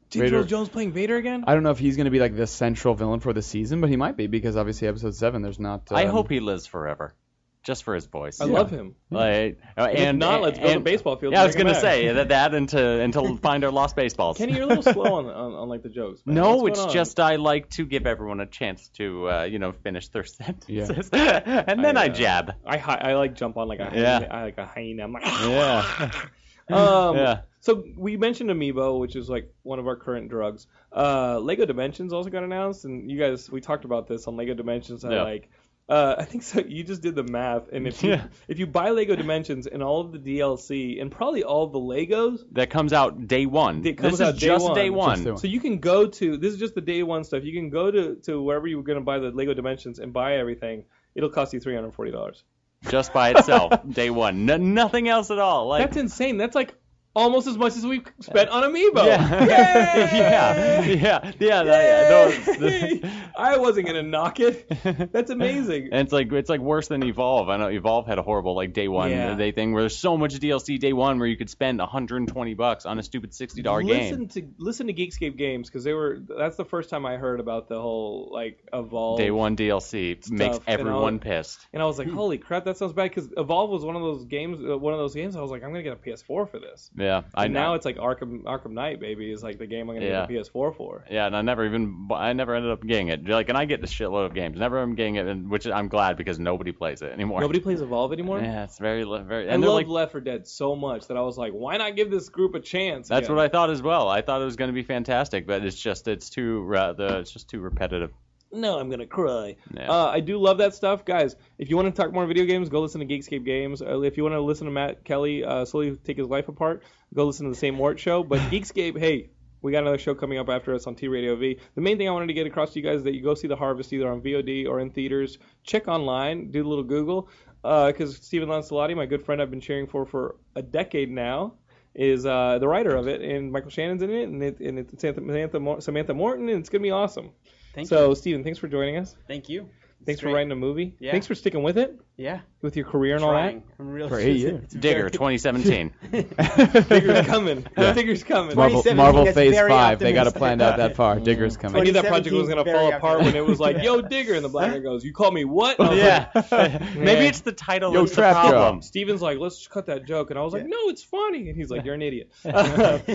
Speaker 1: James
Speaker 4: Vader.
Speaker 1: Earl Jones playing Vader again.
Speaker 4: I don't know if he's gonna be like the central villain for the season, but he might be because obviously episode seven, there's not.
Speaker 2: I
Speaker 4: um,
Speaker 2: hope he lives forever, just for his voice.
Speaker 1: I love him.
Speaker 2: Like, uh,
Speaker 1: if
Speaker 2: and
Speaker 1: not, let's go to
Speaker 2: and-
Speaker 1: baseball field
Speaker 2: Yeah, I
Speaker 1: and
Speaker 2: was
Speaker 1: bring him
Speaker 2: gonna
Speaker 1: back.
Speaker 2: say that that until until find our lost baseballs.
Speaker 1: Kenny, you're a little slow on, on, on like the jokes. man.
Speaker 2: No,
Speaker 1: What's
Speaker 2: it's
Speaker 1: going on?
Speaker 2: just I like to give everyone a chance to, uh, you know, finish their sentences, and then
Speaker 1: I,
Speaker 2: I,
Speaker 1: uh,
Speaker 2: jab.
Speaker 1: I hi- I like jump on like a hyena.
Speaker 2: Yeah.
Speaker 1: I like a hyena. I'm like,
Speaker 2: Yeah.
Speaker 1: Um,
Speaker 2: Yeah.
Speaker 1: So we mentioned Amiibo, which is like one of our current drugs. Uh, Lego Dimensions also got announced, and you guys we talked about this on Lego Dimensions. How
Speaker 2: Yeah.
Speaker 1: like uh, I think so. You just did the math, and if you
Speaker 2: Yeah.
Speaker 1: if you buy Lego Dimensions and all of the DLC and probably all the Legos,
Speaker 2: That comes out day one.
Speaker 1: It comes
Speaker 2: this
Speaker 1: out
Speaker 2: is
Speaker 1: day
Speaker 2: just
Speaker 1: one.
Speaker 2: day one.
Speaker 4: Just day one.
Speaker 1: so you can go to this is just the day one stuff. You can go to to wherever you were gonna buy the Lego Dimensions and buy everything. It'll cost you three hundred forty dollars.
Speaker 2: Just by itself, day one. N- nothing else at all. Like
Speaker 1: That's insane. That's like almost as much as we spent on Amiibo.
Speaker 2: Yeah. yeah.
Speaker 1: Yay!
Speaker 2: Yeah. Yeah. that- yeah,
Speaker 1: Yay!
Speaker 2: those-
Speaker 1: I wasn't gonna knock it. That's amazing.
Speaker 2: And it's like it's like worse than Evolve. I know Evolve had a horrible like day one
Speaker 1: Yeah.
Speaker 2: day thing where there's so much DLC day one where you could spend 120 bucks on a stupid sixty dollar
Speaker 1: listen
Speaker 2: game.
Speaker 1: to listen to Geekscape Games because they were. That's the first time I heard about the whole like evolve.
Speaker 2: Day one DLC makes
Speaker 1: Stuff, you know.
Speaker 2: everyone pissed.
Speaker 1: And I was like, holy crap, that sounds bad because evolve was one of those games. Uh, one of those games. I was like, I'm gonna get a PS4 for this.
Speaker 2: Yeah, I
Speaker 1: And now
Speaker 2: know.
Speaker 1: it's like Arkham Arkham Knight, baby, is like the game I'm gonna
Speaker 2: Yeah.
Speaker 1: get a PS4 for.
Speaker 2: Yeah, and I never even bu- I never ended up getting it. Like, and I get the shitload of games. Never am getting it, and, which I'm glad because nobody plays it anymore.
Speaker 1: Nobody plays Evolve anymore.
Speaker 2: Yeah, it's very li- very.
Speaker 1: I
Speaker 2: And they're
Speaker 1: love
Speaker 2: like
Speaker 1: Left 4 Dead so much that I was like, why not give this group a chance?
Speaker 2: that's what I thought as well. I thought it was going to be fantastic, but it's just it's too ra- the it's just too repetitive.
Speaker 1: No, I'm gonna cry.
Speaker 2: Yeah.
Speaker 1: Uh, I do love that stuff, guys. If you want to talk more video games, go listen to Geekscape Games. Uh, if you want to listen to Matt Kelly uh, slowly take his life apart, go listen to the Same Wart Show. But Geekscape, hey, we got another show coming up after us on T Radio V. The main thing I wanted to get across to you guys is that you go see The Harvest either on VOD or in theaters. Check online, do a little Google, because Stephen Lancelotti, my good friend, I've been cheering for for a decade now is uh, the writer of it, and Michael Shannon's in it, and, it, and it's Samantha, Samantha, Mor- Samantha Morton, and it's gonna be awesome.
Speaker 3: Thank
Speaker 1: so,
Speaker 3: you.
Speaker 1: Steven, thanks for joining us.
Speaker 3: Thank you.
Speaker 1: Thanks
Speaker 3: It's
Speaker 1: for
Speaker 3: great.
Speaker 1: writing a movie.
Speaker 3: Yeah.
Speaker 1: Thanks for sticking with it,
Speaker 3: Yeah.
Speaker 1: with your career and
Speaker 3: Trying. I'm really
Speaker 4: For eight years.
Speaker 3: it's
Speaker 2: Digger
Speaker 3: very-
Speaker 2: 2017.
Speaker 1: all that. Figure's coming. Figure's coming.
Speaker 4: Marvel,
Speaker 3: 2017
Speaker 4: Marvel
Speaker 3: gets
Speaker 4: Phase
Speaker 3: very
Speaker 4: 5. They got it
Speaker 3: optimistic.
Speaker 4: planned out that far. Digger's
Speaker 1: I
Speaker 4: coming.
Speaker 1: knew that project was gonna
Speaker 3: 2017
Speaker 1: fall
Speaker 3: very Oh,
Speaker 1: apart when it was like,
Speaker 3: optimistic.
Speaker 1: "Yo, Digger," and the black guy goes, "You call me what?" I was like,
Speaker 2: yeah, maybe it's the title.
Speaker 4: Yo,
Speaker 2: that's the
Speaker 4: Trap Job.
Speaker 2: problem.
Speaker 1: Steven's like, let's just cut that joke. And I was like,
Speaker 3: Yeah.
Speaker 1: no, it's funny. And he's like, you're an idiot.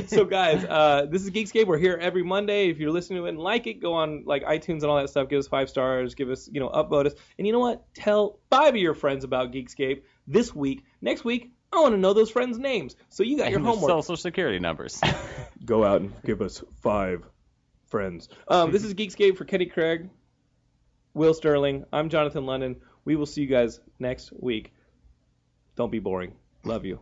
Speaker 1: so, guys, uh, this is Geekscape. We're here every Monday. If you're listening to it and like it, go on like iTunes and all that stuff. Give us five stars. Give us, you know, upvote us. And you know what? Tell five of your friends about Geekscape this week. Next week, I want to know those friends' names. So you got your
Speaker 2: And the
Speaker 1: homework.
Speaker 2: Social security numbers.
Speaker 1: Go out and give us five friends. Um, this is Geekscape for Kenny Craig, Will Sterling. I'm Jonathan London. We will see you guys next week. Don't be boring. Love you.